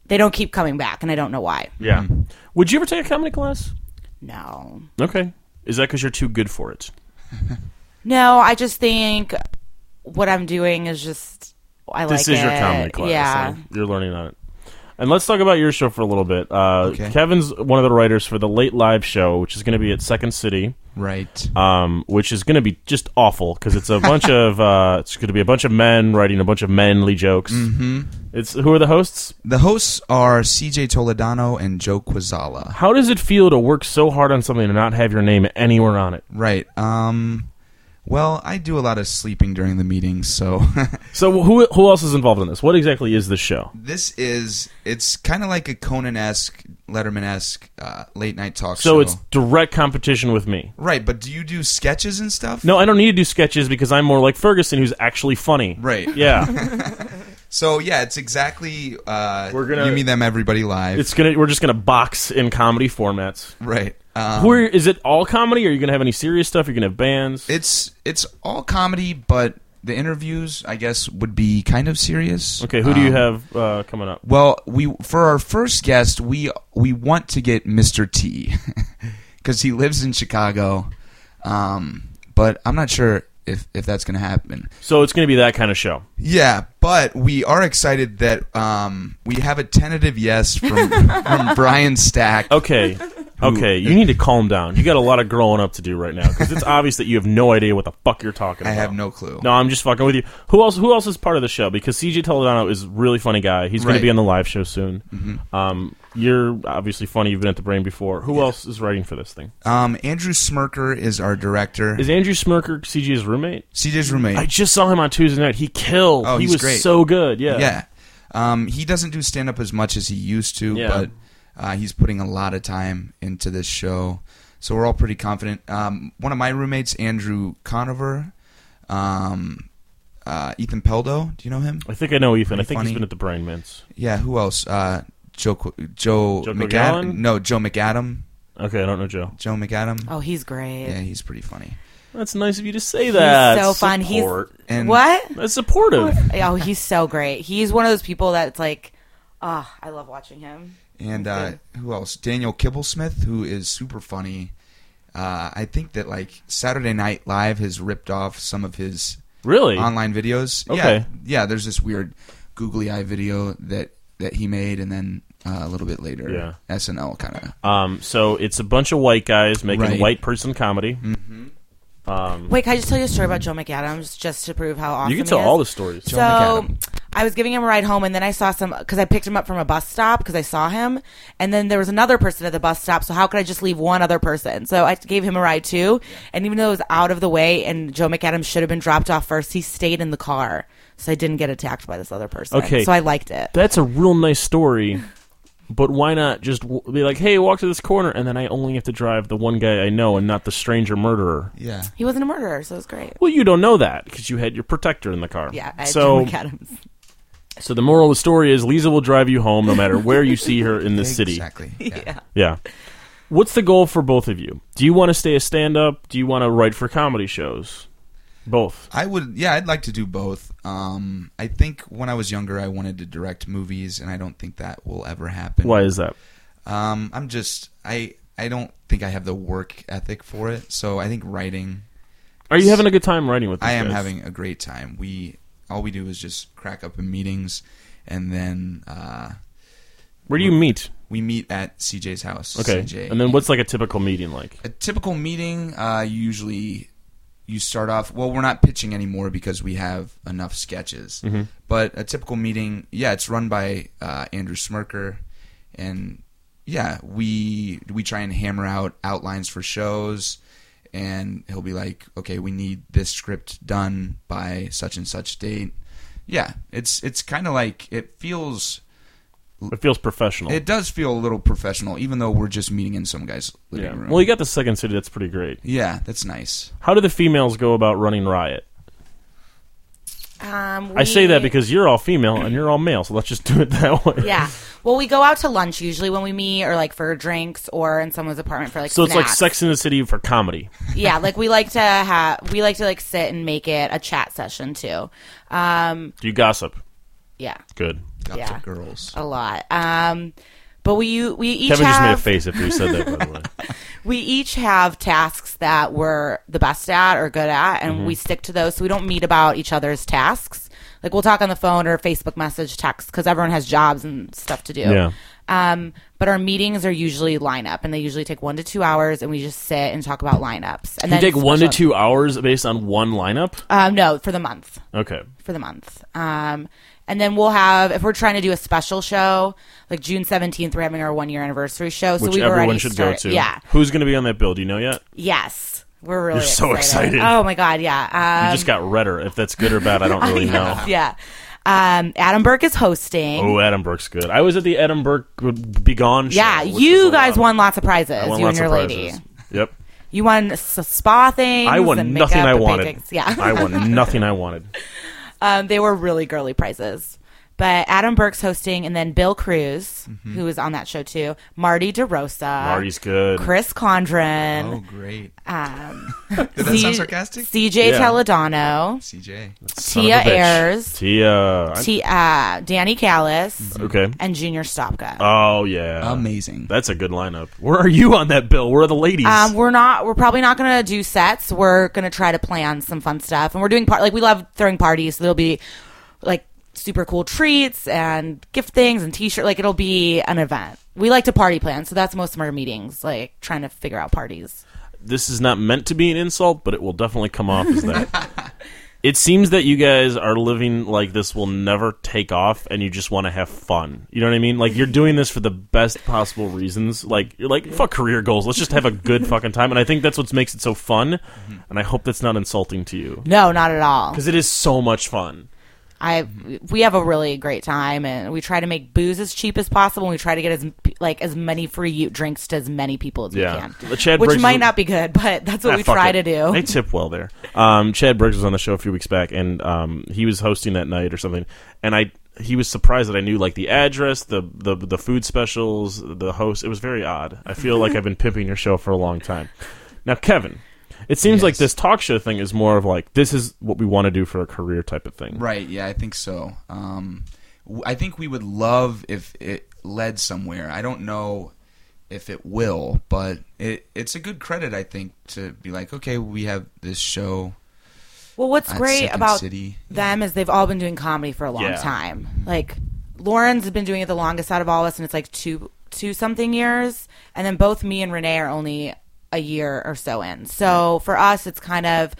B: They don't keep coming back, and I don't know why.
A: yeah. Would you ever take a comedy class?
B: No.
A: Okay. Is that because you're too good for it?
B: No, I just think what I'm doing is just I like
A: this is your
B: it.
A: comedy class.
B: Yeah.
A: so you're learning on it. And let's talk about your show for a little bit. Uh,
C: Okay.
A: Kevin's one of the writers for the Late Live show, which is going to be at Second City.
C: Right.
A: um, which is going to be just awful because it's a bunch of uh, it's going to be a bunch of men writing a bunch of manly jokes. Mm-hmm. It's who are the hosts?
C: The hosts are C.J. Toledano and Joe Quazala.
A: How does it feel to work so hard on something and not have your name anywhere on it?
C: Right. Um. Well, I do a lot of sleeping during the meetings, so
A: So who who else is involved in this? What exactly is this show?
C: this is it's kind of like a Conan esque, Letterman esque uh, late night talk show.
A: So it's direct competition with me.
C: right. But do you do sketches and stuff?
A: No, I don't need to do sketches because I'm more like Ferguson, who's actually funny.
C: Right.
A: Yeah.
C: So yeah, it's exactly. Uh,
A: We're gonna-
C: you mean them everybody live,
A: It's gonna. We're just gonna box in comedy formats.
C: right? Um,
A: Where is it all comedy? Or are you gonna have any serious stuff? You're gonna have bands.
C: it's it's all comedy, but the interviews, I guess, would be kind of serious.
A: okay, who do you
C: Um,
A: have uh, coming up?
C: Well, we for our first guest, we we want to get Mr. T because he lives in Chicago, um, but I'm not sure if if that's going to happen.
A: So it's gonna be that kind of show.
C: Yeah, but we are excited that um, we have a tentative yes from from Brian Stack.
A: Okay. Okay, you need to calm down. You got a lot of growing up to do right now because it's obvious that you have no idea what the fuck you're talking
C: I
A: about.
C: have no clue.
A: No, I'm just fucking with you. Who else? Who else is part of the show? Because CJ Toledano is a really funny guy. He's going
C: Right. Mm-hmm.
A: to be on the live show soon. Um, you're obviously funny. You've been at the Brain before. Who else is writing for this thing?
C: Um, Andrew Smirker is our director.
A: Is Andrew Smirker CJ's roommate?
C: CJ's roommate.
A: I just saw him on Tuesday night. He killed.
C: Oh,
A: he
C: he's
A: was
C: great.
A: so good. Yeah.
C: yeah. Um, he doesn't do stand up as much as he used to,
A: Yeah.
C: but uh, he's putting a lot of time into this show. So we're all pretty confident. Um, one of my roommates, Andrew Conover, um, uh, Ethan Peldo. Do you know him?
A: I think I know Ethan. I think
C: funny.
A: he's been at the Brain Mints.
C: Yeah. Who else? Uh, Joe Qu- Joe,
A: Joe
C: McAdam.
A: Cogan?
C: No, Joe McAdam.
A: Okay, I don't know Joe.
C: Joe McAdam.
B: Oh, he's great.
C: Yeah, he's pretty funny.
A: That's nice of you to say that.
B: He's so fun.
A: Support.
B: He's
C: And-
B: what?
A: That's supportive.
B: oh, he's so great. He's one of those people that's like, ah, I love watching him.
C: And uh, who else? Daniel Kibblesmith, who is super funny. Uh, I think that like Saturday Night Live has ripped off some of his
A: Really?
C: online videos. Yeah,
A: Okay.
C: yeah. There's this weird googly eye video that that he made, and then uh, a little bit later,
A: Yeah.
C: SNL kind of.
A: Um, so it's a bunch of white guys making
C: Right. Mm.
A: white person comedy. Um,
B: Wait, can I just tell you a story about Joe McAdams just to prove how awesome
A: you can tell
B: he is?
A: all the stories.
C: Joe
B: so
C: McAdam.
B: I was giving him a ride home, and then I saw some because I picked him up from a bus stop because I saw him, and then there was another person at the bus stop. So how could I just leave one other person? So I gave him a ride too, and even though it was out of the way, and Joe McAdams should have been dropped off first, he stayed in the car, so I didn't get attacked by this other person.
A: Okay.
B: so I liked it.
A: That's a real nice story, but why not just w- be like, "Hey, walk to this corner," and then I only have to drive the one guy I know and not the stranger murderer.
C: Yeah.
B: He wasn't a murderer, so it was great.
A: Well, you don't know that because you had your protector in the car.
B: Yeah, I
A: so
B: Joe McAdams.
A: so the moral of the story is Lisa will drive you home no matter where you see her in this city.
C: Exactly. Yeah.
A: Yeah. What's the goal for both of you? Do you want to stay a stand-up? Do you want to write for comedy shows? Both.
C: I would. Yeah, I'd like to do both. Um, I think when I was younger, I wanted to direct movies, and I don't think that will ever happen.
A: Why is that?
C: Um, I'm just I I don't think I have the work ethic for it. So I think writing.
A: Are you having a good time writing with? These
C: I am
A: guys?
C: having a great time. We all we do is just crack up in meetings, and then uh,
A: Where do you meet?
C: we meet at CJ's house.
A: Okay,
C: CJ.
A: and then what's like a typical meeting like?
C: a typical meeting uh, usually you start off well we're not pitching anymore because we have enough sketches
A: Mm-hmm.
C: but a typical meeting yeah it's run by uh, andrew smirker and yeah we we try and hammer out outlines for shows and he'll be like okay we need this script done by such and such date yeah it's it's kind of like it feels
A: It feels professional.
C: it does feel a little professional even though we're just meeting in some guy's living
A: yeah.
C: room
A: Well, you got the second city. That's pretty great.
C: yeah that's nice
A: How do the females go about running riot?
B: Um,
A: I say that
B: we-
A: because you're all female and you're all male, so let's just do it that way.
B: yeah. Well, we go out to lunch usually when we meet, or like for drinks, or in someone's apartment for like.
A: So it's like
B: snacks.
A: Sex in the City for comedy.
B: yeah, like we like to have we like to like sit and make it a chat session too. Um,
A: Do you gossip?
B: yeah,
A: Good.
C: Got
B: Yeah. Oh,
C: the girls
B: a lot. Um, but we we each
A: Kevin just made a
B: have
A: face after you said that. By the way,
B: we each have tasks that we're the best at or good at, and
A: Mm-hmm.
B: we stick to those. So we don't meet about each other's tasks. Like we'll talk on the phone or Facebook message, text, because everyone has jobs and stuff to do.
A: Yeah.
B: Um, but our meetings are usually lineup, and they usually take one to two hours, and we just sit and talk about lineups. And
A: you
B: then
A: take one to
B: special-
A: two hours based on one lineup.
B: Um, no, for the month.
A: Okay.
B: for the month. Um, and then we'll have if we're trying to do a special show, like June seventeenth, we're having our one year anniversary show. So
A: Which
B: we've
A: everyone
B: already
A: should
B: started.
A: go to.
B: Yeah.
A: Who's going to be on that bill? Do you know yet?
B: Yes. We're really
A: You're so excited.
B: Oh my god, yeah. Um,
A: you just got redder. If that's good or bad, I don't really know.
B: yeah. Um, Adam Burke is hosting.
A: Oh, Adam Burke's good. I was at the Adam Burke would be gone. Show,
B: yeah,
A: which was
B: you
A: a lot.
B: guys won lots of prizes.
A: I won
B: you
A: lots
B: and your
A: of
B: lady.
A: prizes. Yep.
B: You won s- spa things.
A: I won
B: and
A: nothing
B: makeup
A: I
B: and
A: wanted.
B: paintings. Yeah,
A: I won nothing I wanted.
B: um, they were really girly prizes. But Adam Burke's hosting, and then Bill Cruz, who is on that show too, Marty DeRosa,
A: Mm-hmm. Marty's good.
B: Chris Condren,
C: Oh, great.
B: um,
C: Did that
B: C-
C: sound sarcastic?
B: CJ
A: Yeah.
B: Teledano,
C: CJ.
A: Son of
B: Tia
A: a bitch.
B: Ayers.
A: Tia. I-
B: T- uh, Danny Callis,
A: okay.
B: and Junior Stopka.
A: Oh yeah.
C: Amazing.
A: That's a good lineup. Where are you on that bill? Where are the ladies?
B: Um, we're not. We're probably not going to do sets. We're going to try to plan some fun stuff, and we're doing par- like we love throwing parties. So there'll be like super cool treats and gift things and t-shirt. Like it'll be an event. We like to party plan, so that's most of our meetings, like trying to figure out parties.
A: this is not meant to be an insult, but it will definitely come off as that. it seems that you guys are living like this will never take off and you just want to have fun. You know what I mean? Like you're doing this for the best possible reasons. Like you're like fuck career goals, let's just have a good fucking time and I think that's what makes it so fun
B: Mm-hmm.
A: and I hope that's not insulting to you
B: No, not at all.
A: cuz it is so much fun.
B: I we have a really great time, and we try to make booze as cheap as possible. and We try to get as like as many free Ute drinks to as many people as
A: Yeah.
B: we
A: The
B: can,
A: Chad
B: which
A: Briggs
B: might
A: is-
B: not be good, but that's what
A: Ah,
B: we
A: fuck
B: try
A: it.
B: to do.
A: They tip well there. Um, Chad Briggs was on the show a few weeks back, and um, he was hosting that night or something. And I, he was surprised that I knew like the address, the the the food specials, the host. It was very odd. I feel like I've been pimping your show for a long time. Now, Kevin, it seems like
C: Yes.
A: this talk show thing is more of like this is what we want to do for a career type of thing.
C: Right. Yeah, I think so. Um, w- I think we would love if it led somewhere. I don't know if it will, but it, it's a good credit, I think, to be like, okay, we have this show.
B: Well, what's
C: at
B: great
C: Second
B: about
C: City.
B: them is they've all been doing comedy for a long
A: Yeah.
B: time. Like Lauren's been doing it the longest out of all of us, and it's like two two something years. And then both me and Renee are only a year or so in. So for us, it's kind of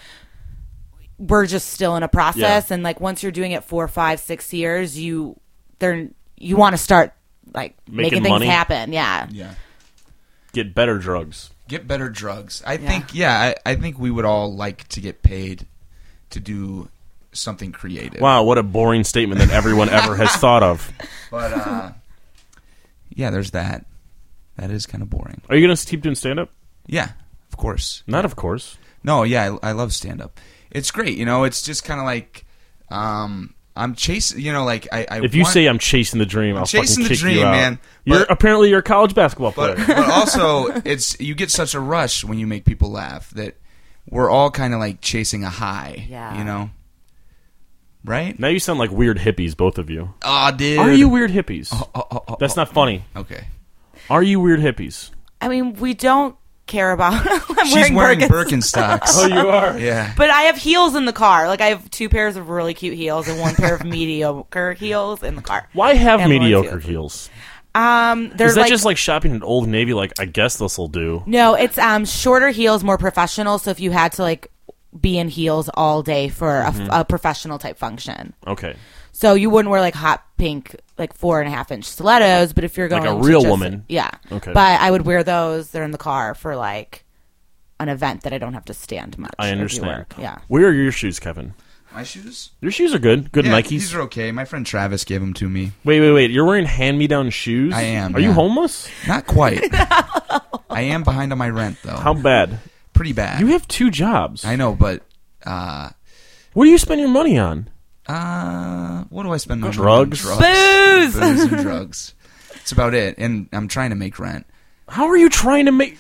B: we're just still in a process, and like once you're doing it four, five, six years, you they're you want to start like making,
A: Making
B: things
A: money.
B: happen. Yeah.
C: Yeah.
A: Get better drugs.
C: Get better drugs. I think, yeah, I, I think we would all like to get paid to do something creative.
A: Wow, what a boring statement that everyone ever has thought of.
C: But, uh, yeah, there's that. That is kind of boring.
A: Are you going to keep doing stand up?
C: Yeah, of course.
A: Not of course.
C: No, yeah, I, I love stand up. It's great, you know. It's just kind of like um, I'm chasing, you know, like I. I
A: If you
C: want-
A: say I'm chasing the dream, I'll fucking
C: chasing the
A: kick
C: dream,
A: you out.
C: man,
A: you're
C: but-
A: apparently you're a college basketball
C: but,
A: player.
C: but also it's you get such a rush when you make people laugh that we're all kind of like chasing a high.
B: Yeah.
C: you know, right?
A: now you sound like weird hippies, both of you.
C: Aw, dude.
A: Are you weird hippies?
C: Oh, oh, oh,
A: That's not funny.
C: okay.
A: Are you weird hippies?
B: I mean, we don't care about. I'm
C: She's wearing
B: Birkenstocks.
C: Birkenstocks.
A: Oh, you are.
C: yeah.
B: But I have heels in the car. Like I have two pairs of really cute heels and one pair of mediocre heels in the car.
A: Why have
B: And Lawrence
A: mediocre
B: Hill.
A: heels?
B: Um, they're
A: Is that
B: like,
A: just like shopping at Old Navy? Like, I guess this will do.
B: no, it's um shorter heels, more professional. So if you had to like be in heels all day for a,
A: Mm-hmm.
B: a professional type function,
A: Okay,
B: so you wouldn't wear like hot pink like four and a half inch stilettos. But if you're going
A: a
B: to
A: real
B: just-
A: woman.
B: yeah.
A: Okay.
B: But I would wear those. They're in the car for like an event that I don't have to stand much.
A: I
B: if you
A: understand.
B: were- Yeah.
A: Where are your shoes, Kevin?
C: My shoes.
A: Your shoes are good. Good
C: Yeah,
A: Nikes.
C: These are okay. My friend Travis gave them to me.
A: wait, wait, wait. You're wearing hand-me-down shoes.
C: I am,
A: Are you
C: yeah.
A: homeless?
C: Not quite. I am behind on my rent though.
A: How bad?
C: Pretty bad.
A: You have two jobs.
C: I know, but. Uh,
A: What do you spend your money on?
C: Uh, what do I spend my money on?
A: Drugs?
B: Booze!
C: booze and drugs. It's about it. And I'm trying to make rent.
A: How are you trying to make?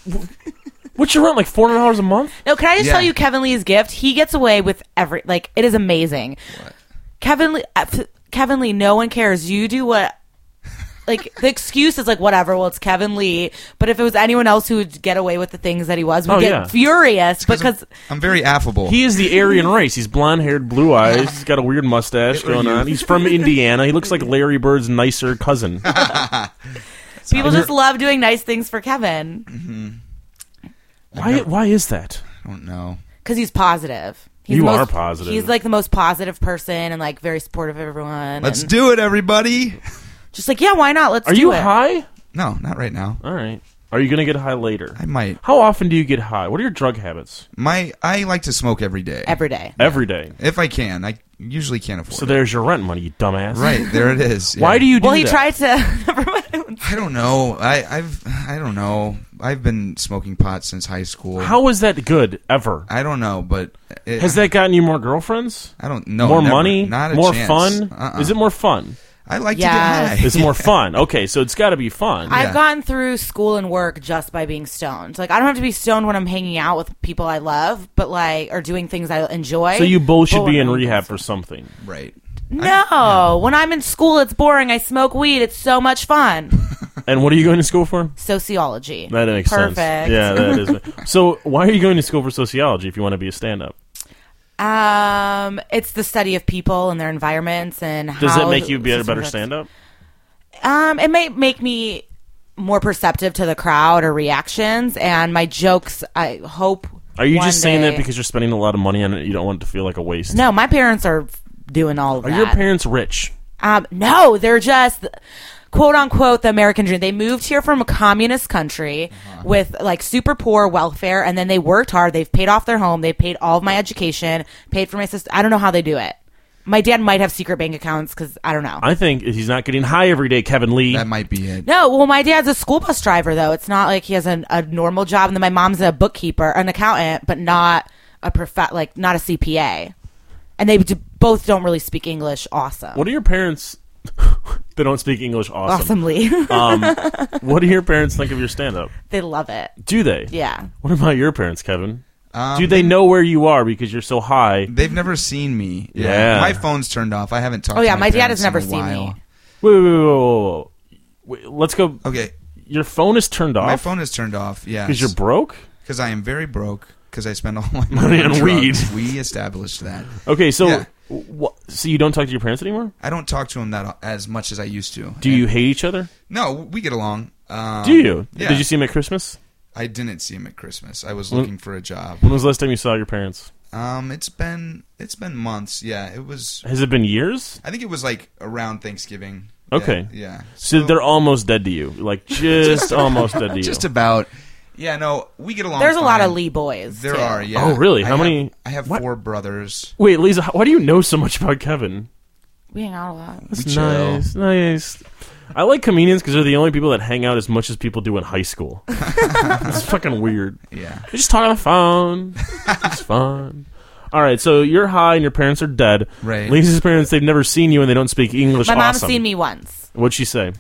A: What's your rent like? Four hundred dollars a month?
B: No, can I just
C: Yeah.
B: tell you Kevin Lee's gift? He gets away with every like it is amazing. Kevin Lee, uh, f- Kevin Lee, no one cares. You do what. Like the excuse is like whatever. Well, it's Kevin Lee, but if it was anyone else who would get away with the things that he was, we'd
A: Oh,
B: get
A: yeah.
B: furious because
C: I'm, I'm very affable.
A: He is the Aryan race. He's blonde haired, blue eyes. He's got a weird mustache
C: Hitler
A: going on.
C: Youth.
A: He's from Indiana. He looks like Larry Bird's nicer cousin.
B: people just love doing nice things for Kevin
A: Why? Why is that?
C: I don't know.
B: because he's positive. He's
A: You
B: the most-
A: are positive.
B: He's like the most positive person and like very supportive of everyone.
C: Let's
B: and
C: do it, everybody.
B: just like yeah, why not? Let's.
A: Are
B: do
A: you
B: it.
A: high?
C: No, not right now.
A: All right. Are you gonna get high later?
C: I might.
A: How often do you get high? What are your drug habits?
C: My I like to smoke every day.
B: every day?
A: Every day.
C: if I can. I usually can't afford
A: So
C: it.
A: there's your rent money, you dumbass.
C: Right, there it is.
A: Why
C: Yeah.
A: do you do
B: Well, he
A: that?
B: tried to. Never mind.
C: I don't know. I, I've I don't know. I've been smoking pot since high school.
A: How was that good ever?
C: I don't know, but it,
A: Has that gotten you more girlfriends?
C: I don't know.
A: more
C: never.
A: money?
C: Not a
A: more
C: chance.
A: fun?
C: Uh-uh.
A: Is it more fun?
C: I like
B: Yes.
C: to get
A: It's
C: high.
A: more fun. Okay, so it's got to be fun.
B: I've gone through school and work just by being stoned. Like I don't have to be stoned when I'm hanging out with people I love, but like or doing things I enjoy.
A: so you both should
B: But
A: be
B: when
A: in
B: I'm-
A: rehab for something.
C: right.
B: No, when I'm in school, it's boring. I smoke weed. It's so much fun.
A: And what are you going to school for?
B: Sociology.
A: That makes
B: Perfect.
A: sense. Yeah, that is. so why are you going to school for sociology if you want to be a stand-up?
B: Um, it's the study of people and their environments and
A: Does
B: how
A: it make you be a
B: systems
A: better
B: works.
A: stand-up?
B: Um, it may make me more perceptive to the crowd or reactions, and my jokes. I hope.
A: Are you
B: one
A: just saying that
B: day-
A: because you're spending a lot of money on it? You don't want it to feel like a waste.
B: No, my parents are f- doing all of
A: Are
B: that.
A: your parents rich?
B: Um, no, they're just quote unquote the American dream. They moved here from a communist country
A: Uh-huh.
B: with like super poor welfare, and then they worked hard. They've paid off their home. They've paid all of my education. Paid for my sister. I don't know how they do it. My dad might have secret bank accounts because I don't know.
A: I think he's not getting high every day, Kevin Lee.
C: That might be it.
B: no, well, my dad's a school bus driver though. It's not like he has an, a normal job, and then my mom's a bookkeeper, an accountant, but not a prof- like not a CPA. And they d- both don't really speak English. Awesome,
A: what are your parents? they don't speak English. Awesome. Um,
B: awesomely,
C: Uh,
A: What do your parents think of your stand-up?
B: they love it.
A: Do they?
B: Yeah.
A: What about your parents, Kevin?
C: Um,
A: do they know where you are because you're so high?
C: They've never seen me.
A: Yeah.
C: My phone's turned off. I haven't talked.
B: Oh, yeah,
C: to my,
B: my dad
C: parents
B: has never
C: in a
B: seen
C: while.
B: me.
A: Wait, wait, wait, wait, wait, wait. wait let's go.
C: Okay,
A: Your phone is turned
C: my
A: off
C: phone is turned off. Yeah,
A: because you're broke.
C: because I am very broke because I spend all my money on
A: on
C: drugs. We established that.
A: Okay, so
C: Yeah.
A: wha- so you don't talk to your parents anymore?
C: I don't talk to him that as much as I used to.
A: Do
C: And-
A: you hate each other?
C: No, we get along. Um,
A: Do you?
C: Yeah.
A: Did you see them at Christmas?
C: I didn't see him at Christmas. I was looking for a job.
A: When was the last time you saw your parents?
C: Um, it's been it's been months. Yeah, it was.
A: Has it been years?
C: I think it was like around Thanksgiving.
A: Okay.
C: Yeah. yeah.
A: So, they're almost dead to you, like just almost dead to you.
C: Um, just about. Yeah. No, we get along.
B: There's a lot of
C: fine.
B: Lee boys.
C: There
B: too.
C: are. Yeah.
A: Oh, really?
C: I
A: How
C: have-
A: many-
C: I have
A: what?
C: four brothers.
A: Wait, Lisa, how- why do you know so much about Kevin?
B: We hang out a lot.
A: That's
C: We chill.
A: nice, nice. I like comedians because they're the only people that hang out as much as people do in high school. it's fucking weird.
C: Yeah.
A: They just talk on the phone. it's fun. All right, so you're high and your parents are dead.
C: Right.
A: Lisa's parents, they've never seen you and they don't speak English.
B: My mom's
A: awesome.
B: seen me once.
A: What'd she say?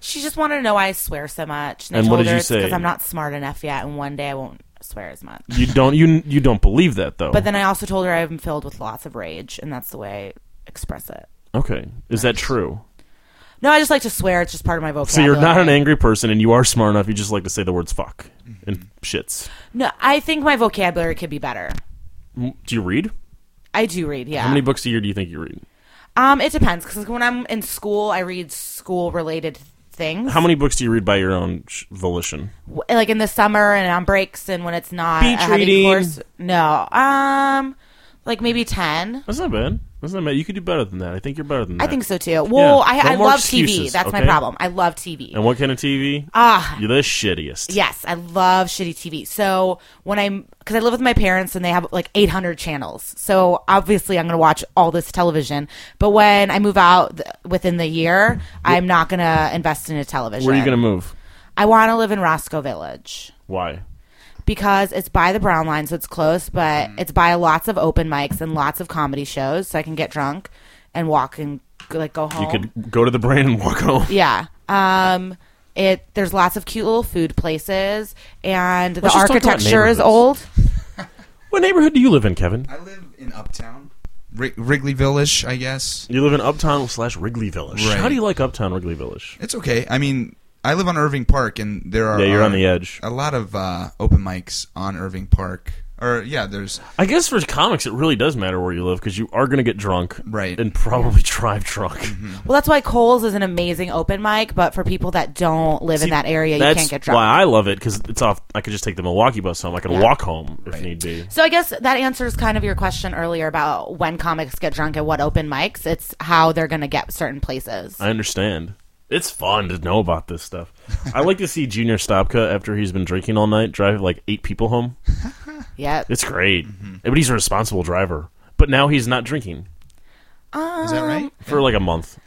B: She just wanted to know why I swear so much. And, I
A: And what
B: told
A: did
B: her
A: you
B: it's
A: say?
B: Because I'm not smart enough yet, and one day I won't swear as much.
A: You don't you you don't believe that though.
B: But then I also told her I'm filled with lots of rage, and that's the way I express it.
A: okay, is that true?
B: No, I just like to swear. It's just part of my
A: So
B: vocabulary.
A: you're not an angry person, and you are smart enough. You just like to say the words "fuck"
C: Mm-hmm.
A: and "shits."
B: No, I think my vocabulary could be better.
A: M- Do you read?
B: I do read, yeah.
A: How many books a year do you think you read?
B: um, it depends because when I'm in school, I read school-related things,
A: How many books do you read by your own sh- volition?
B: W- like in the summer and on breaks, and when it's not
A: Beach
B: a heavy
A: reading.
B: course. No, um, like maybe ten.
A: That's not bad. That's not bad. You could do better than that. I think you're better than that.
B: I think so too. Well,
A: Yeah. No
B: I, I
A: more
B: love TV.
A: excuses,
B: That's my
A: okay?
B: problem. I love TV.
A: And what kind of TV?
B: Ah.
A: you're the shittiest.
B: Yes, I love shitty TV. So when I'm, because I live with my parents and they have like 800 channels. So obviously I'm going to watch all this television. But when I move out th- within the year, I'm not going to invest in a television.
A: Where are you gonna move?
B: I want to live in Roscoe Village
A: Why?
B: because it's by the Brown Line, so it's close, but
A: Mm.
B: it's by lots of open mics and lots of comedy shows, so I can get drunk and walk and like go home.
A: You could go to the brain and walk home.
B: Yeah. Um it there's lots of cute little food places and the
A: Let's just talk about
B: architecture is old.
A: neighborhoods. What neighborhood do you live in, Kevin?
C: I live in Uptown, Wri- Wrigleyville-ish, I guess.
A: You live in Uptown slash Wrigley Village.
C: Right.
A: How do you like Uptown Wrigley Village?
C: It's okay. I mean, I live on Irving Park, and there are
A: Yeah, you're
C: uh,
A: on the edge.
C: A lot of uh, open mics on Irving Park, or yeah, there's
A: I guess for comics, it really does matter where you live because you are gonna get drunk,
C: Right.
A: And probably drive drunk.
B: Well, that's why Coles is an amazing open mic, but for people that don't live in
A: See,
B: that area, you
A: That's
B: can't get drunk.
A: why I love it because it's off. I could just take the Milwaukee bus home. I could walk home if need be.
B: so I guess that answers kind of your question earlier about when comics get drunk at what open mics. It's how they're going to get certain places.
A: I understand. It's fun to know about this stuff. I like to see Junior Stopka after he's been drinking all night drive like eight people home.
B: yep.
A: It's great, but he's a responsible driver. But now he's not drinking
C: is that right?
A: for like a month.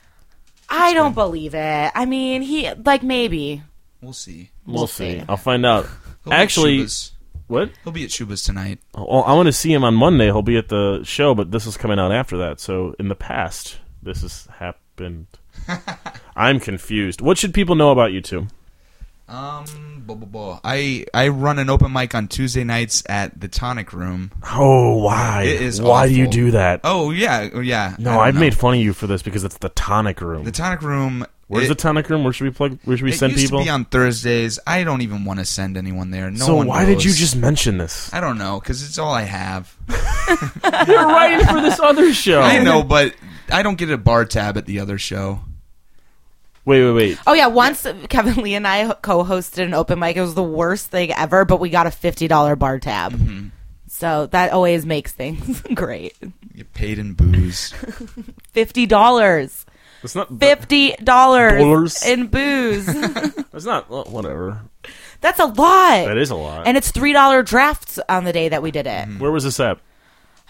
B: I don't believe it. I mean, he like maybe.
C: We'll see.
A: We'll,
B: We'll
A: see.
B: see.
A: I'll find out.
C: He'll be at
A: Actually,
C: Shuba's-
A: what?
C: he'll be at Shuba's tonight.
A: Oh, I want to see him on Monday. He'll be at the show, but this is coming out after that. So in the past, this has happened. I'm confused. What should people know about you two?
C: Um, blah, blah, blah. I I run an open mic on Tuesday nights at the Tonic Room.
A: Oh, why?
C: It is
A: why do you
C: awful.
A: do that?
C: Oh yeah, oh, yeah. I
A: no,
C: don't
A: I've
C: know.
A: made fun of you for this because it's the tonic room.
C: the Tonic Room.
A: Where's
C: it-
A: the tonic room? Where should we plug? Where should we
C: it
A: send
C: used
A: people?
C: to be on Thursdays. I don't even want to send anyone there. No
A: so
C: one
A: why did
C: goes.
A: you just mention this?
C: I don't know because it's all I have.
A: You're writing for this other show.
C: I know, but I don't get a bar tab at the other show.
A: Wait, wait, wait.
B: Oh yeah, once Kevin Lee and I co-hosted an open mic. It was the worst thing ever, but we got a fifty dollar bar tab.
A: Mm-hmm.
B: So that always makes things great.
C: You get paid in booze.
B: Fifty dollars,
A: That's not.
B: fifty
A: Dollars.
B: dollars in booze.
A: That's not. well, Whatever.
B: That's a lot.
A: That is a lot.
B: And it's three dollar drafts on the day that we did it.
A: Where was this at?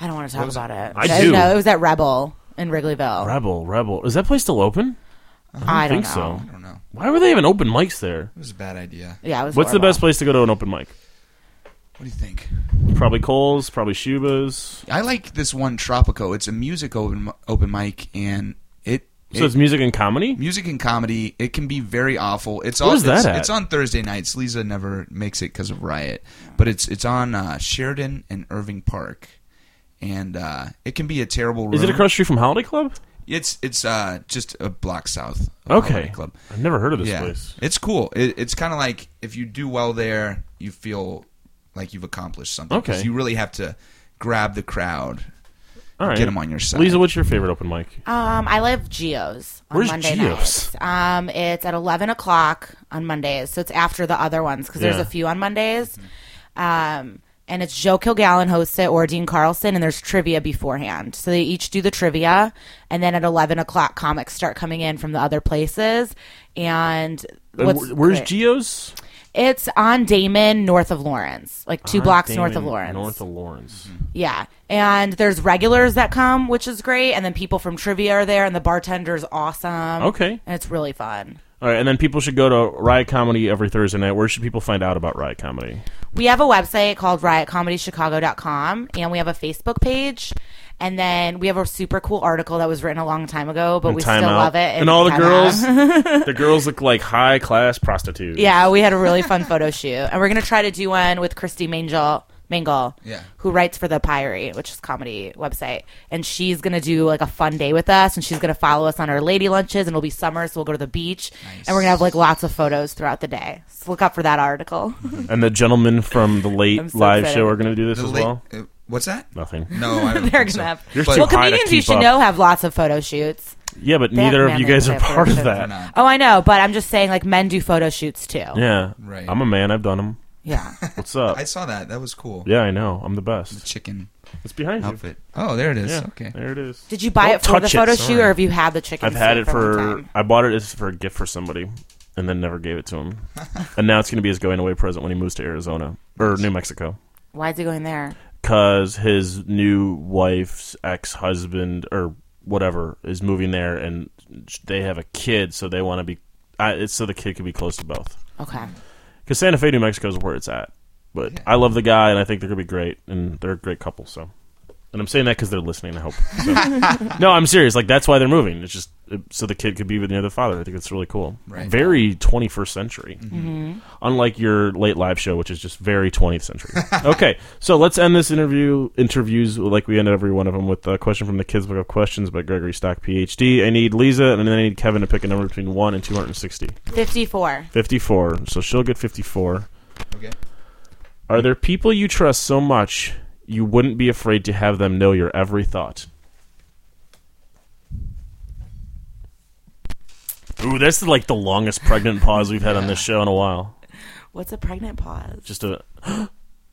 B: I don't want to talk about it.
A: Mm-hmm. I do.
B: No, it was at Rebel in Wrigleyville.
A: Rebel, Rebel. Is that place still open?
B: I don't
A: think
B: know.
A: so.
C: I don't know.
A: Why were they having open mics there?
C: It was a bad idea.
B: Yeah, it was.
A: What's the
B: horrible.
A: best place to go to an open mic?
C: What do you think?
A: Probably Cole's, probably Shuba's.
C: I like this one Tropico. It's a music open open mic, and it
A: So it's music and comedy?
C: music and comedy. It can be very awful. It's
A: Where's
C: all it's,
A: that at?
C: it's on Thursday nights. Lisa never makes it because of riot, but it's it's on uh, Sheridan and Irving Park, and uh, it can be a terrible. Room.
A: Is it across the street from Holiday Club?
C: It's it's uh, just a block south. Of
A: Okay.
C: Holiday Club.
A: I've never heard of this
C: yeah,
A: place.
C: it's cool. It, it's kind of like if you do well there, you feel like you've accomplished something. 'cause
A: Okay.
C: you really have to grab the crowd,
A: All right.
C: get them on your side.
A: Lisa, what's your favorite open mic?
B: Um, I live Geo's on
A: Where's
B: Monday
A: Geo's?
B: nights. Um, it's at eleven o'clock on Mondays, so it's after the other ones because there's
A: Yeah.
B: a few on Mondays. Um, and it's Joe Kilgallen hosts it or Dean Carlson, and there's trivia beforehand. So they each do the trivia, and then at eleven o'clock, comics start coming in from the other places. And
A: And
B: what's
A: Uh, wh- where's
B: great-
A: Geo's?
B: It's on Damon, north of Lawrence, like two
A: Ah,
B: blocks north
A: Damon,
B: of Lawrence.
A: North of Lawrence.
C: Mm-hmm.
B: Yeah. And there's regulars that come, which is great. And then people from trivia are there, and the bartender's awesome.
A: Okay.
B: And it's really fun.
A: All right, and then people should go to Riot Comedy every Thursday night. Where should people find out about Riot Comedy?
B: We have a website called riotcomedychicago.com, and we have a Facebook page. And then we have a super cool article that was written a long time ago, but we still
A: Time out.
B: love it.
A: And all the
B: Time
A: girls,
B: Out.
A: the girls look like high class prostitutes.
B: yeah, we had a really fun photo shoot. And we're going to try to do one with Christy Mangel. Mangle,
C: Yeah.
B: who writes for the Pyrie, which is a comedy website, and she's gonna do like a fun day with us, and she's gonna follow us on our lady lunches, and it'll be summer, so we'll go to the beach, and we're gonna have like lots of photos throughout the day. So look out for that article.
A: And the gentlemen from the late
B: I'm so
A: live
B: excited.
A: show are going to do this
C: The
A: as
C: late-
A: well.
C: uh, what's that?
A: Nothing.
C: No, I don't
B: They're
C: think so.
B: gonna have.
A: You're
C: But-
A: too
B: well,
A: high to
B: comedians you
A: keep
B: should
A: up.
B: know have lots of photo shoots.
A: Yeah, but
B: They have
A: neither of
B: men
A: you
B: that
A: guys
B: do
A: are
B: photo
A: part of
B: shoots.
A: that.
C: No.
B: Oh, I know, but I'm just saying, like men do photo shoots too.
A: Yeah,
C: Right.
A: I'm a man. I've done them.
B: Yeah.
A: What's up?
C: I saw that. That was cool.
A: yeah, I know. I'm the best.
C: Chicken
A: It's behind you.
C: outfit. Oh, there it is.
A: Yeah,
C: Okay.
A: there it is.
B: Did you buy
A: Don't
B: it for the
A: touch
B: photo
A: it,
B: shoot,
A: sorry.
B: or have you had the chicken?
A: I've had
B: soup
A: it
B: for a long
A: for.
B: time?
A: I bought it as for a gift for somebody, and then never gave it to him. and now it's going to be his going away present when he moves to Arizona or New Mexico,
B: Why is it going there?
A: because his new wife's ex husband or whatever is moving there, and they have a kid, so they want to be. I, it's so the kid could be close to both.
B: Okay.
A: Because Santa Fe, New Mexico is where it's at. But I love the guy, and I think they're gonna be great, and they're a great couple. So, and I'm saying that because they're listening. I hope. So- no, I'm serious. Like that's why they're moving. It's just it, so the kid could be with near the father. I think it's really cool.
C: Right.
A: Very 21st century. Unlike your late live show, which is just very 20th century. okay, so let's end this interview interviews like we ended every one of them with a question from the Kids Book of Questions by Gregory Stock, PhD. I need Lisa, and then I need Kevin to pick a number between one and 260.
B: Fifty-four.
A: 54. So she'll get 54.
C: Okay.
A: Are there people you trust so much you wouldn't be afraid to have them know your every thought? Ooh, that's like the longest pregnant pause we've had on this show in a while.
B: What's a pregnant pause?
A: Just a
B: Oh,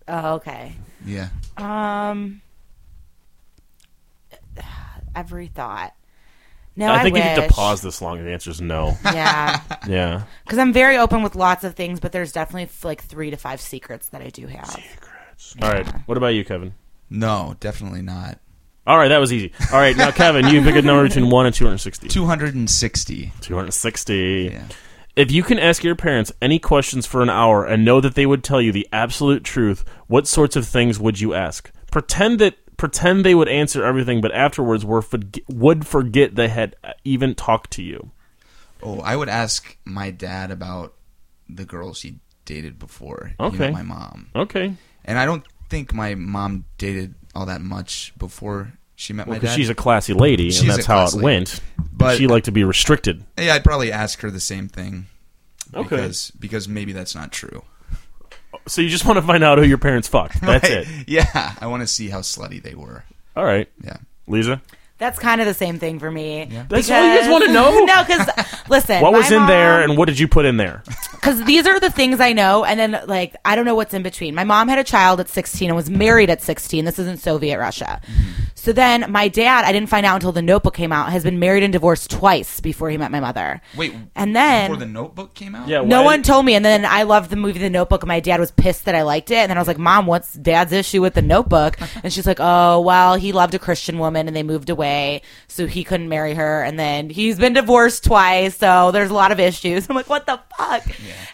B: okay.
C: Yeah.
B: Um, every thought. No,
A: I
B: I,
A: think
B: wish.
A: you need to pause this long. The answer is no.
B: Yeah,
A: yeah.
B: because I'm very open with lots of things, but there's definitely f- like three to five secrets that I do have.
A: All right. What about you, Kevin?
C: No, definitely not.
A: All right, that was easy. All right, now Kevin, you pick a number between one and two hundred sixty.
C: Two hundred and sixty.
A: Two hundred sixty.
C: Yeah.
A: If you can ask your parents any questions for an hour and know that they would tell you the absolute truth, what sorts of things would you ask? Pretend that pretend they would answer everything, but afterwards were forg- would forget they had uh, even talked to you.
C: Oh, I would ask my dad about the girls he dated before. You
A: Okay.
C: know, my mom.
A: Okay.
C: And I don't think my mom dated all that much before she met my
A: Because
C: dad.
A: she's a classy lady,
C: She's
A: and
C: a
A: that's how it
C: classy
A: went.
C: But-
A: she liked to be restricted.
C: yeah, I'd probably ask her the same thing.
A: Okay.
C: Because, because maybe that's not true.
A: So you just want to find out who your parents fucked. That's it.
C: Yeah, I want to see how slutty they were.
A: All right,
C: Yeah.
A: Lisa.
B: That's kind of the same thing for me.
A: That's all you guys
B: Because-
A: wanna know?
B: no, because listen,
A: What was
B: my
A: in there,
B: mom-
A: and what did you put in there?
B: because these are the things I know, and then like I don't know what's in between. My mom had a child at 16 and was married at 16. This isn't Soviet Russia.
A: Mm-hmm.
B: So then my dad, I didn't find out until the Notebook came out, has been married and divorced twice before he met my mother.
C: Wait,
B: and then
C: before the Notebook came out.
A: Yeah.
B: no
A: why-
B: one told me, and then I loved the movie The Notebook. And my dad was pissed that I liked it, and then I was like, "Mom, what's Dad's issue with The Notebook?" And she's like, "Oh, well, he loved a Christian woman, and they moved away, so he couldn't marry her, and then he's been divorced twice, so there's a lot of issues." I'm like, "What the fuck?"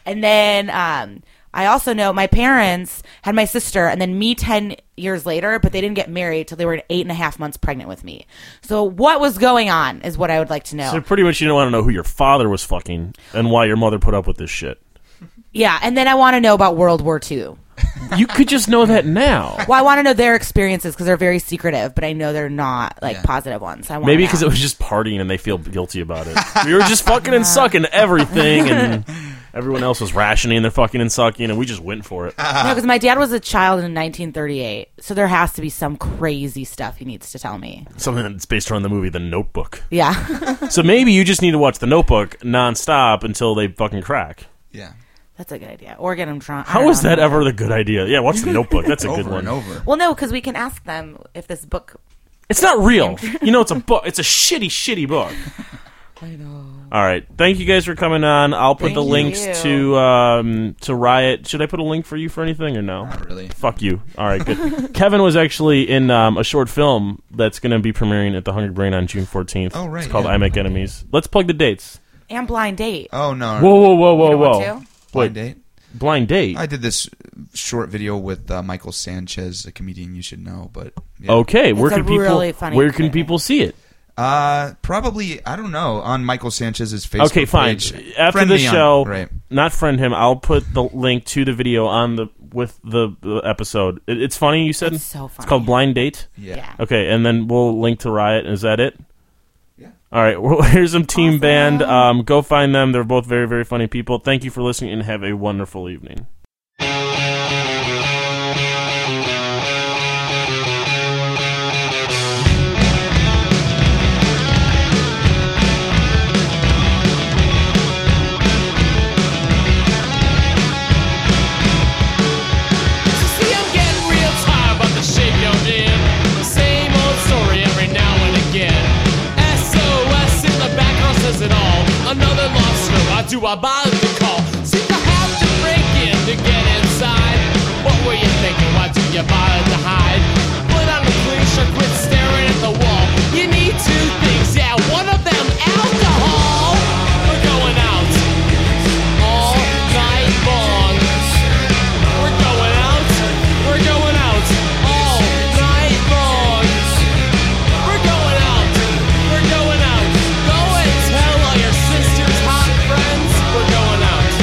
B: And then um, I also know my parents had my sister, and then me ten years later, but they didn't get married till they were eight and a half months pregnant with me. So what was going on is what I would like to know.
A: So pretty much, you don't want to know who your father was fucking and why your mother put up with this shit.
B: yeah, and then I want to know about World War II.
A: You could just know that now.
B: Well, I want to know their experiences because they're very secretive, but I know they're not like
C: Yeah.
B: positive ones. I want
A: Maybe because it was just partying and they feel guilty about it. We were just fucking and sucking everything, and everyone else was rationing their fucking and sucking, and we just went for it.
B: because my dad was a child in 1938, so there has to be some crazy stuff he needs to tell me.
A: Something that's based around the movie The Notebook.
B: Yeah,
A: So maybe you just need to watch The Notebook nonstop until they fucking crack.
C: Yeah.
B: that's a good idea. Or get him drunk. I
A: How
B: don't
A: is
B: know.
A: that ever the good idea? Yeah, watch The Notebook. That's a
C: Over
A: good one.
C: and over.
B: Well, no, because we can ask them if this book.
A: It's not real. you know, it's a book. It's a shitty, shitty book.
B: I know.
A: All right. Thank you guys for coming on. I'll put
B: Thank
A: the links
B: you.
A: to um, to Riot. Should I put a link for you for anything or no?
C: Not really.
A: Fuck you. All right, good. Kevin was actually in um, a short film that's going to be premiering at the Hungry Brain on June 14th.
C: Oh, right,
A: It's called
C: yeah.
A: I Make Enemies. Let's plug the dates.
B: And blind date.
A: Um,
C: Oh no.
A: Whoa, whoa, whoa, whoa,
B: don't
A: whoa.
B: want to?
C: Blind date.
A: Blind date.
C: I did this short video with uh, Michael Sanchez, a comedian you should know, but yeah.
A: Okay, where
B: It's a
A: can people
B: really funny
A: where can
B: movie.
A: people see it?
C: Uh, probably I don't know on Michael Sanchez's Facebook.
A: okay, fine.
C: page.
A: After
C: Friend
A: the
C: me on-
A: show,
C: right?
A: not friend him. I'll put the link to the video on the with the, the episode. It, it's funny. You said
B: It's so
A: It's called
B: funny.
A: Blind Date.
C: Yeah.
B: Yeah.
A: Okay, and then we'll link to Riot. Is that it?
C: Yeah.
A: All right. Well, here's some team
B: Awesome.
A: band. Um, go find them. They're both very, very funny people. Thank you for listening, and have a wonderful evening.
D: See, I'm getting real tired about the shape you're in. Same old story every now and again. SOS in the background says it all. Another lost snow, why do I bother to call? Seem to have to break in to get inside. What were you thinking? Why do you bother to hide? Put on the clean shirt, quit staring at the wall. You need two things, yeah, one of them alcohol. We're going out all night long. We're going out. We're going out all night long. We're going out. We're going out. Go and tell all your sister's hot friends. We're going out.